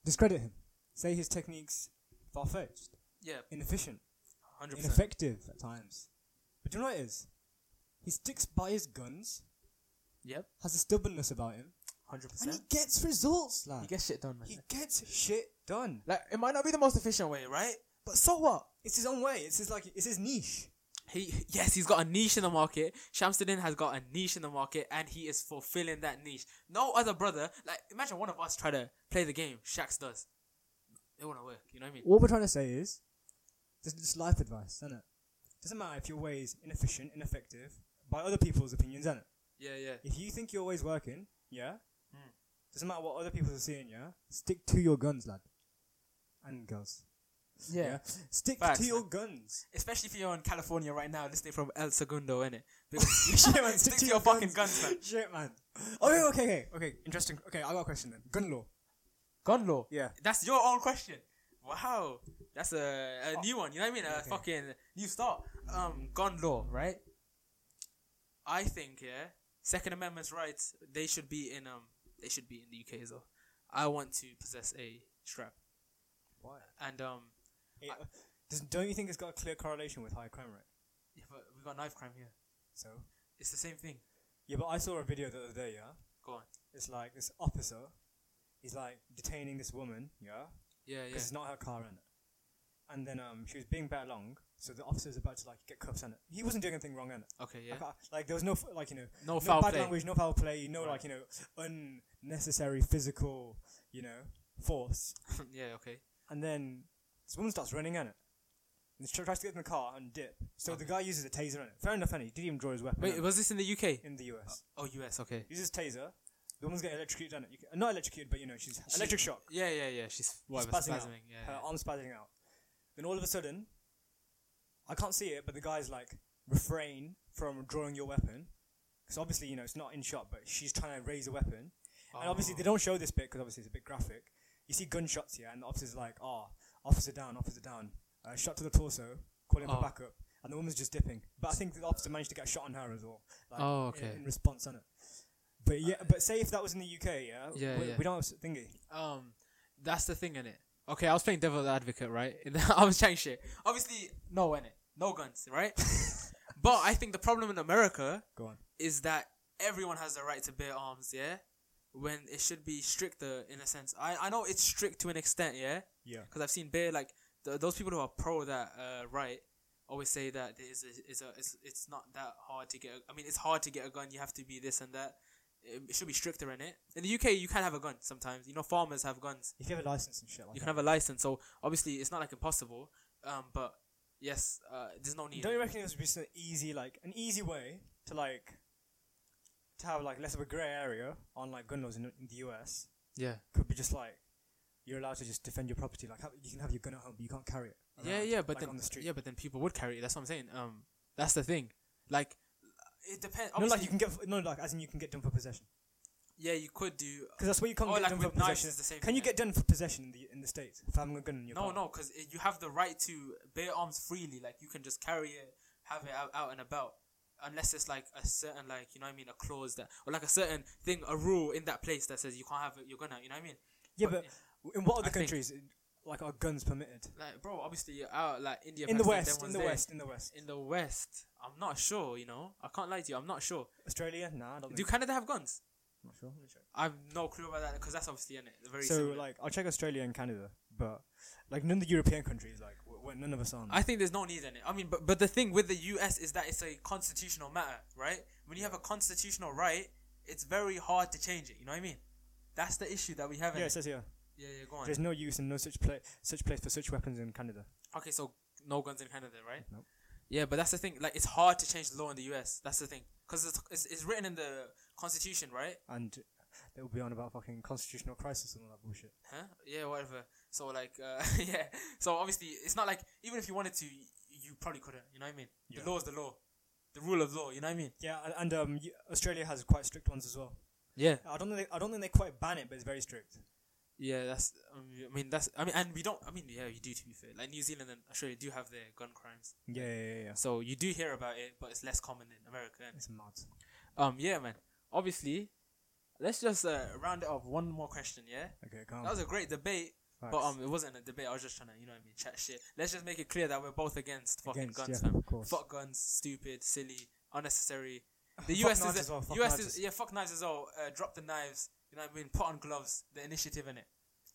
Speaker 9: discredit him.
Speaker 2: Say his techniques far fetched,
Speaker 1: yeah,
Speaker 2: inefficient,
Speaker 1: hundred percent.
Speaker 2: ineffective at times. But do you know what it is? He sticks by his guns,
Speaker 1: Yep,
Speaker 2: has a stubbornness about him,
Speaker 1: hundred
Speaker 2: and he
Speaker 1: percent.
Speaker 2: gets results, lad.
Speaker 1: He gets shit done, man.
Speaker 2: He gets shit done.
Speaker 1: like it might not be the most efficient way, right?
Speaker 2: But so what? It's his own way. It's his like it's his niche.
Speaker 1: He yes, he's got a niche in the market. Shamsuddin has got a niche in the market, and he is fulfilling that niche. No other brother, like imagine one of us try to play the game. Shax does. It wouldn't work. You know what I mean?
Speaker 9: What we're trying to say is
Speaker 2: This is just life advice, isn't it? Doesn't matter if your way is inefficient, ineffective, by other people's opinions, isn't it?
Speaker 1: Yeah, yeah.
Speaker 2: If you think your way's working, yeah.
Speaker 1: Mm.
Speaker 2: Doesn't matter what other people are seeing, yeah.
Speaker 9: stick to your guns, lad.
Speaker 2: And girls.
Speaker 1: Yeah.
Speaker 2: Stick
Speaker 1: Facts,
Speaker 2: to your
Speaker 1: man.
Speaker 2: guns.
Speaker 1: Especially if you're in California right now, listening from El Segundo, innit? Because you should
Speaker 2: man,
Speaker 1: stick, to your fucking guns, man.
Speaker 2: Shit, man. Oh, yeah, okay, okay, okay. Interesting. Okay, I got a question then. Gun law.
Speaker 1: Gun law.
Speaker 2: Yeah.
Speaker 1: That's your own question. Wow. That's a, a new one. You know what I mean? A fucking new start. Um, gun law, right? I think yeah, Second Amendment's rights. They should be in um. They should be in the UK as well. I want to possess a strap,
Speaker 2: Why?
Speaker 1: and um.
Speaker 2: don't you think it's got a clear correlation with high crime rate?
Speaker 1: Yeah, but we got knife crime here.
Speaker 2: So.
Speaker 1: It's the same thing.
Speaker 2: Yeah, but I saw a video the other day, yeah.
Speaker 1: Go on.
Speaker 2: it's like this officer he's like detaining this woman yeah
Speaker 1: Yeah,
Speaker 2: because
Speaker 1: yeah.
Speaker 2: it's not her car in it and then um she was being bad along so the officer's about to like get cuffs on it he wasn't doing anything wrong in it
Speaker 1: Okay, yeah.
Speaker 2: I can't- like there was no f- like you know
Speaker 1: No
Speaker 2: no
Speaker 1: foul
Speaker 2: bad
Speaker 1: play.
Speaker 2: language no foul play no
Speaker 1: Right.
Speaker 2: like you know unnecessary physical you know force
Speaker 1: yeah, okay.
Speaker 2: and then this woman starts running on it and she tries to get in the car and dip so the guy uses a taser on it fair enough any he didn't even draw his weapon
Speaker 1: Wait,
Speaker 2: innit?
Speaker 1: was this in the UK?
Speaker 2: in the US
Speaker 1: Oh, US. Okay.
Speaker 2: uses taser the woman's getting electrocuted on it you can, not electrocuted but you know she's electric shock
Speaker 1: Yeah, yeah, yeah. She's whatever,
Speaker 2: spazzing
Speaker 1: spasming.
Speaker 2: out.
Speaker 1: Yeah,
Speaker 2: her
Speaker 1: yeah.
Speaker 2: arms spazzing out. Then all of a sudden, I can't see it, but the guy's like, refrain from drawing your weapon. Because obviously, you know, it's not in shot, but she's trying to raise a weapon. And obviously,
Speaker 1: Oh.
Speaker 2: they don't show this bit because obviously it's a bit graphic. You see gunshots here, and the officer's like, ah, officer down, officer down. Uh, shot to the torso, calling
Speaker 1: Oh.
Speaker 2: for backup. And the woman's just dipping. But I think the officer managed to get a shot on her as well. Like,
Speaker 1: Oh,
Speaker 2: in-
Speaker 1: okay.
Speaker 2: In, response on it. But yeah, but say if that was in the UK, yeah,
Speaker 1: Yeah,
Speaker 2: we,
Speaker 1: yeah.
Speaker 2: we don't have s- thingy.
Speaker 1: Um, that's the thing in it. Okay, I was playing devil's advocate, right? I was chatting shit. Obviously, no in it, no guns, right? but I think the problem in America
Speaker 2: Go on.
Speaker 1: is that everyone has the right to bear arms, yeah. When it should be stricter in a sense. I I know it's strict to an extent, yeah.
Speaker 2: Yeah.
Speaker 1: Because I've seen bear like th- those people who are pro that uh, right always say that there is a, is a, it's it's not that hard to get. A, I mean, it's hard to get a gun. You have to be this and that. It, it should be stricter in it. In the UK, you can have a gun sometimes. You know, farmers have guns.
Speaker 2: If you have a license and shit like
Speaker 1: You
Speaker 2: that.
Speaker 1: can have a license. So obviously, it's not like impossible. Um, but yes, uh, there's no need.
Speaker 2: Don't you reckon this would be an easy, like, an easy way to like to have like less of a grey area on like gun laws in, in the US?
Speaker 1: yeah.
Speaker 2: Could be just like you're allowed to just defend your property. Like, have, you can have your gun at home, but you can't carry it.
Speaker 1: yeah,
Speaker 2: around,
Speaker 1: yeah, but
Speaker 2: like,
Speaker 1: then
Speaker 2: on the street.
Speaker 1: yeah, but then people would carry it. That's what I'm saying. Um, that's the thing. Like, it depends.
Speaker 2: no, like
Speaker 1: Obviously,
Speaker 2: you can get no, like as in you can get done for possession
Speaker 1: yeah, you could do.
Speaker 2: because that's where you can't
Speaker 1: Oh,
Speaker 2: get
Speaker 1: like
Speaker 2: done for
Speaker 1: with knives
Speaker 2: possession.
Speaker 1: is the same.
Speaker 2: Can
Speaker 1: thing,
Speaker 2: you
Speaker 1: yeah.
Speaker 2: get done for possession in the in the states if having a gun in your
Speaker 1: No,
Speaker 2: car?
Speaker 1: no, because you have the right to bear arms freely. Like you can just carry it, have it out, out and about, unless it's like a certain, like you know what I mean, a clause that, or like a certain thing, a rule in that place that says you can't have it. You're gonna, you know what I mean?
Speaker 2: Yeah, but in what other
Speaker 1: I think-
Speaker 2: countries like are guns permitted?
Speaker 1: Like, bro, obviously, out like India.
Speaker 2: in the
Speaker 1: Pakistan, them
Speaker 2: West, in
Speaker 1: ones
Speaker 2: the
Speaker 1: there.
Speaker 2: West, in the West.
Speaker 1: In the West, I'm not sure. You know, I can't lie to you. I'm not sure.
Speaker 2: Australia, nah, I don't
Speaker 1: Do
Speaker 2: think.
Speaker 1: Canada have guns?
Speaker 2: I'm not sure. Let me check.
Speaker 1: I've no clue about that because that's obviously in it. Very
Speaker 2: So
Speaker 1: similar.
Speaker 2: like, I'll check Australia and Canada, but like none of the European countries, like w- w- none of us on.
Speaker 1: I think there's no need in it. I mean, but but the thing with the U.S. is that it's a constitutional matter, right? When you have a constitutional right, it's very hard to change it. You know what I mean? That's the issue that we have. In
Speaker 2: yeah,
Speaker 1: yeah,
Speaker 2: it says here
Speaker 1: yeah, yeah. Go on.
Speaker 2: there's no use and no such place such place for such weapons in Canada.
Speaker 1: Okay, so no guns in Canada, right?
Speaker 2: Nope.
Speaker 1: Yeah, but that's the thing. Like, it's hard to change the law in the U.S. That's the thing because it's, it's it's written in the Constitution, right?
Speaker 2: and they will be on about fucking constitutional crisis and all that bullshit.
Speaker 1: Huh? Yeah, whatever. So like, uh, yeah. So obviously, it's not like even if you wanted to, y- you probably couldn't. You know what I mean?
Speaker 2: Yeah.
Speaker 1: The law is the law, the rule of law. You know what I mean?
Speaker 2: Yeah, and, and um, y- Australia has quite strict ones as well.
Speaker 1: Yeah.
Speaker 2: I don't think they, I don't think they quite ban it, but it's very strict.
Speaker 1: Yeah, that's. Um, I mean, that's. I mean, and we don't. I mean, yeah, you do. To be fair, like New Zealand and Australia do have their gun crimes,
Speaker 2: Yeah, yeah, yeah. yeah.
Speaker 1: so you do hear about it, but it's less common in America. innit?
Speaker 2: It's mad.
Speaker 1: Um, yeah, man. Obviously, let's just uh, round it off. One more question, yeah.
Speaker 2: Okay, calm.
Speaker 1: That was a great debate, but um, it wasn't a debate. I was just trying to, you know, what I mean, chat shit. Let's just make it clear that we're both against fucking guns, fam.
Speaker 2: of course.
Speaker 1: Fuck guns, stupid, silly, unnecessary. The
Speaker 2: Fuck
Speaker 1: US
Speaker 2: knives
Speaker 1: is
Speaker 2: as well, fuck
Speaker 1: US
Speaker 2: knives
Speaker 1: is yeah, fuck knives as well. Uh, drop the knives. You know what I mean? Put on gloves. The initiative in it.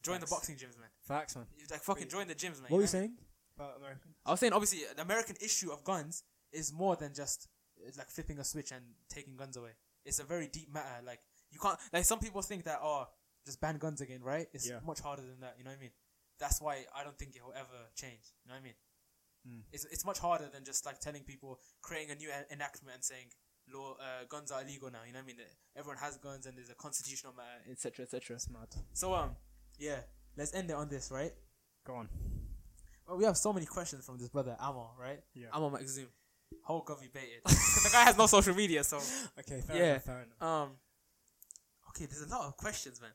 Speaker 1: Join the
Speaker 2: Facts.
Speaker 1: boxing gyms, man.
Speaker 2: Facts, man.
Speaker 1: You, Like fucking
Speaker 2: Wait.
Speaker 1: join the gyms,
Speaker 9: What
Speaker 1: man.
Speaker 9: were
Speaker 1: know?
Speaker 9: you saying?
Speaker 2: About American.
Speaker 1: I was saying obviously the American issue of guns is more than just uh, like flipping a switch and taking guns away. It's a very deep matter. Like you can't like some people think that oh just ban guns again, right? It's
Speaker 2: Yeah.
Speaker 1: much harder than that. You know what I mean? That's why I don't think it will ever change. You know what I mean?
Speaker 9: Hmm.
Speaker 2: Mm.
Speaker 1: It's it's much harder than just like telling people creating a new en- enactment and saying law uh, guns are illegal now. You know what I mean? Everyone has guns and there's a constitutional matter, etc., etc.
Speaker 2: That's mad.
Speaker 1: So um, yeah, let's end it on this, right?
Speaker 2: Go on.
Speaker 1: Well, we have so many questions from this brother Amor, right?
Speaker 2: Yeah.
Speaker 1: I'm on Zoom. Whole govy baited. 'Cause the guy has no social media, so
Speaker 2: Okay, fair
Speaker 1: Yeah.
Speaker 2: enough. Fair enough.
Speaker 1: um Okay, there's a lot of questions, man.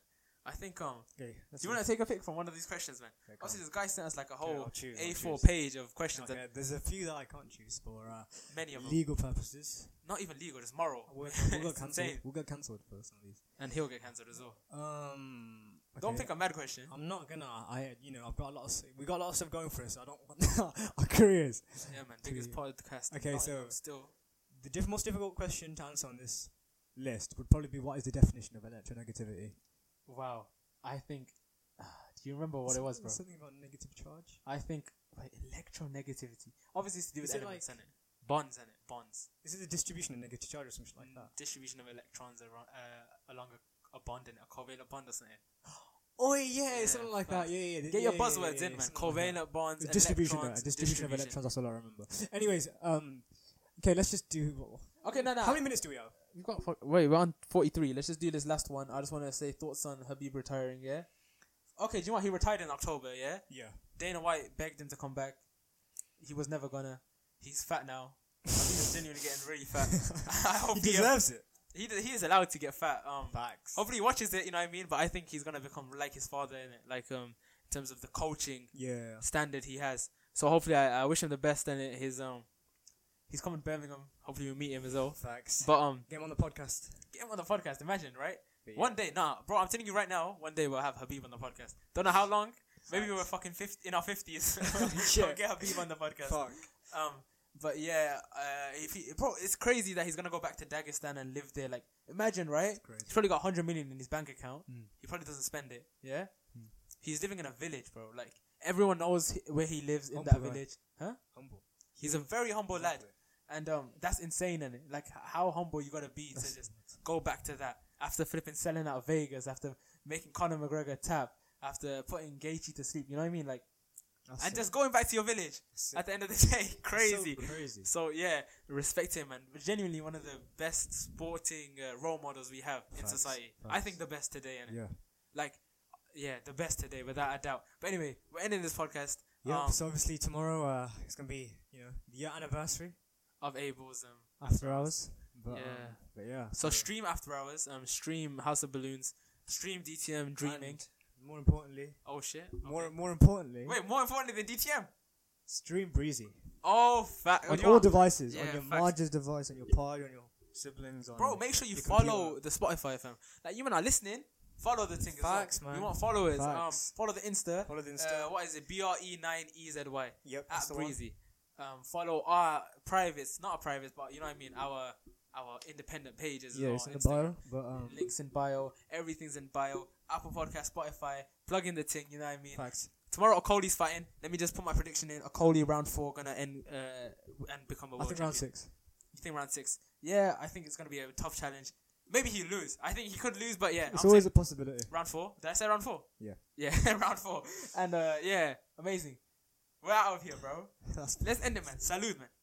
Speaker 1: I think um
Speaker 2: Okay. That's
Speaker 1: do you wanna take a pick from one of these questions, man?
Speaker 2: Okay, go
Speaker 1: Obviously this guy sent us like a
Speaker 2: on. Okay,
Speaker 1: whole
Speaker 2: I'll choose, I'll
Speaker 1: A four
Speaker 2: choose.
Speaker 1: page of questions
Speaker 2: Okay, there's a few that I can't choose for uh,
Speaker 1: and many of them.
Speaker 2: legal purposes.
Speaker 1: Not even legal, just moral.
Speaker 2: We'll,
Speaker 1: It's
Speaker 2: we'll get cancelled.
Speaker 1: insane.
Speaker 2: We'll get cancelled for some of these.
Speaker 1: And he'll get cancelled as well.
Speaker 2: Um.
Speaker 1: Don't
Speaker 2: okay.
Speaker 1: pick a mad question.
Speaker 2: I'm not gonna. I you know I've got a lot of s- we got a lot of stuff going for us. I don't want our careers.
Speaker 1: yeah man,
Speaker 2: to
Speaker 1: biggest
Speaker 2: you.
Speaker 1: part of the cast.
Speaker 2: Okay,
Speaker 1: Not
Speaker 2: so-
Speaker 1: even still
Speaker 2: The diff- most difficult question to answer on this list would probably be what is the definition of electronegativity?
Speaker 1: Wow. I think do you remember
Speaker 2: Some- Something about negative charge.
Speaker 1: I think like electronegativity. Obviously, it's to do with
Speaker 2: Is it
Speaker 1: elements,
Speaker 2: like-
Speaker 1: isn't it? Mm. Bonds, isn't it? Bonds.
Speaker 2: This is the distribution of negative charge or something like that.
Speaker 1: Distribution of electrons around, uh, along a, a bond and a covalent bond, doesn't it?
Speaker 2: Oh yeah,
Speaker 1: Yeah,
Speaker 2: something like
Speaker 1: facts.
Speaker 2: that. Yeah, yeah.
Speaker 1: Get your
Speaker 2: yeah, yeah,
Speaker 1: buzzwords
Speaker 2: yeah,
Speaker 1: in,
Speaker 2: yeah,
Speaker 1: man.
Speaker 2: something like
Speaker 1: Covalent
Speaker 2: that.
Speaker 1: bonds,
Speaker 2: The distribution,
Speaker 1: uh, electrons,
Speaker 2: right, distribution of electrons. That's all I remember. Anyways, um, okay, let's just do.
Speaker 1: Okay, no, no.
Speaker 2: How many minutes do we have?
Speaker 1: We've got fo- wait, we're on forty-three. Let's just do this last one. I just want to say thoughts on Habib retiring. Yeah. Okay, do you know what? He retired in October. Yeah.
Speaker 2: Yeah.
Speaker 1: Dana White begged him to come back. He was never gonna. He's fat now. I think he's genuinely getting really fat. I hope
Speaker 2: He
Speaker 1: he,
Speaker 2: deserves it.
Speaker 1: he, he is allowed to get fat. Um,
Speaker 2: Facts.
Speaker 1: Hopefully he watches it, you know what I mean? But I think he's gonna become like his father in it, like um in terms of the coaching
Speaker 2: Yeah.
Speaker 1: standard he has. So hopefully I, I wish him the best and it his um he's coming to Birmingham. Hopefully we meet him as well.
Speaker 2: Facts.
Speaker 1: But um
Speaker 2: Get him on the podcast.
Speaker 1: get him on the podcast, imagine, right? One day, nah, bro, I'm telling you right now, one day we'll have Habib on the podcast. Don't know how long. Maybe we're fucking 50, in our fifties.
Speaker 2: Yeah.
Speaker 1: we'll get Habib on the podcast.
Speaker 2: Fuck.
Speaker 1: Um, but yeah, uh, if he, bro, it's crazy that he's gonna go back to Dagestan and live there. Like, imagine, right?
Speaker 2: crazy.
Speaker 1: He's probably got 100 million in his bank account.
Speaker 2: Mm.
Speaker 1: He probably doesn't spend it. Yeah.
Speaker 2: Mm.
Speaker 1: He's living in a village, bro. Like everyone knows hi- where he lives in
Speaker 2: Humble
Speaker 1: that
Speaker 2: guy.
Speaker 1: village. Huh?
Speaker 2: Humble.
Speaker 1: He's a very humble lad,
Speaker 2: Exactly.
Speaker 1: and um, that's insane. And like, h- how humble you gotta be to
Speaker 2: That's-
Speaker 1: just go back to that after flipping selling out Vegas, after making Conor McGregor tap, after putting Gaethje to sleep. You know what I mean? Like,
Speaker 2: That's
Speaker 1: and
Speaker 2: sick.
Speaker 1: just going back to your village
Speaker 2: Sick.
Speaker 1: at the end of the day,
Speaker 2: So
Speaker 1: crazy.
Speaker 2: crazy.
Speaker 1: So yeah, respect him and genuinely one of the best sporting uh, role models we have in
Speaker 2: Facts,
Speaker 1: society. I
Speaker 2: facts.
Speaker 1: think the best today, and
Speaker 2: Yeah.
Speaker 1: like yeah, the best today without a doubt. But anyway, we're ending this podcast.
Speaker 2: Yeah.
Speaker 1: Um,
Speaker 2: so obviously tomorrow, uh, it's gonna be you know the year anniversary
Speaker 1: of Abel's. Um,
Speaker 2: after hours. But,
Speaker 1: Yeah.
Speaker 2: Um, but yeah.
Speaker 1: so stream after hours. Um, stream House of Balloons. Stream DTM Dreaming.
Speaker 2: And more importantly,
Speaker 1: oh shit.
Speaker 2: more
Speaker 1: Okay.
Speaker 2: more importantly,
Speaker 1: Wait, more importantly than DTM.
Speaker 2: stream breezy
Speaker 1: Oh, fa-
Speaker 9: on
Speaker 1: you
Speaker 9: all
Speaker 1: are-
Speaker 9: devices, on
Speaker 1: yeah,
Speaker 9: your
Speaker 1: facts.
Speaker 9: Marge's device, on your party, on your
Speaker 2: siblings on.
Speaker 1: bro. Make sure you
Speaker 2: your
Speaker 1: follow the Spotify fam. Like you and I listening. Follow the thing. as well.
Speaker 2: Facts, man.
Speaker 1: We want followers.
Speaker 2: Facts.
Speaker 1: Um, follow the Insta.
Speaker 2: Follow the
Speaker 1: Uh,
Speaker 2: Insta.
Speaker 1: what is it? B R E nine E Z Y.
Speaker 2: yep.
Speaker 1: at
Speaker 2: that's the one.
Speaker 1: Breezy. Um, follow our privates, not our privates, but you know what I mean. Our our independent pages.
Speaker 9: yeah,
Speaker 1: on
Speaker 9: it's in the bio.
Speaker 1: Instagram.
Speaker 9: But um,
Speaker 1: Links in bio. Everything's in bio. Apple Podcast, Spotify. Plug in the thing. You know what I mean.
Speaker 2: Facts.
Speaker 1: Tomorrow, Okoli's fighting. Let me just put my prediction in. Okoli round four gonna end uh, and become a
Speaker 2: I
Speaker 1: world
Speaker 2: think round
Speaker 1: champion.
Speaker 2: six.
Speaker 1: You think round six? Yeah, I think it's gonna be a tough challenge. Maybe he lose. I think he could lose, but yeah,
Speaker 9: it's
Speaker 1: I'm
Speaker 9: always
Speaker 1: saying
Speaker 9: a possibility.
Speaker 1: round four. Did I say round four?
Speaker 9: Yeah.
Speaker 1: Yeah, round four. And uh, yeah, amazing. We're out of here, bro.
Speaker 9: That's
Speaker 1: Let's end it, man. Salute, man.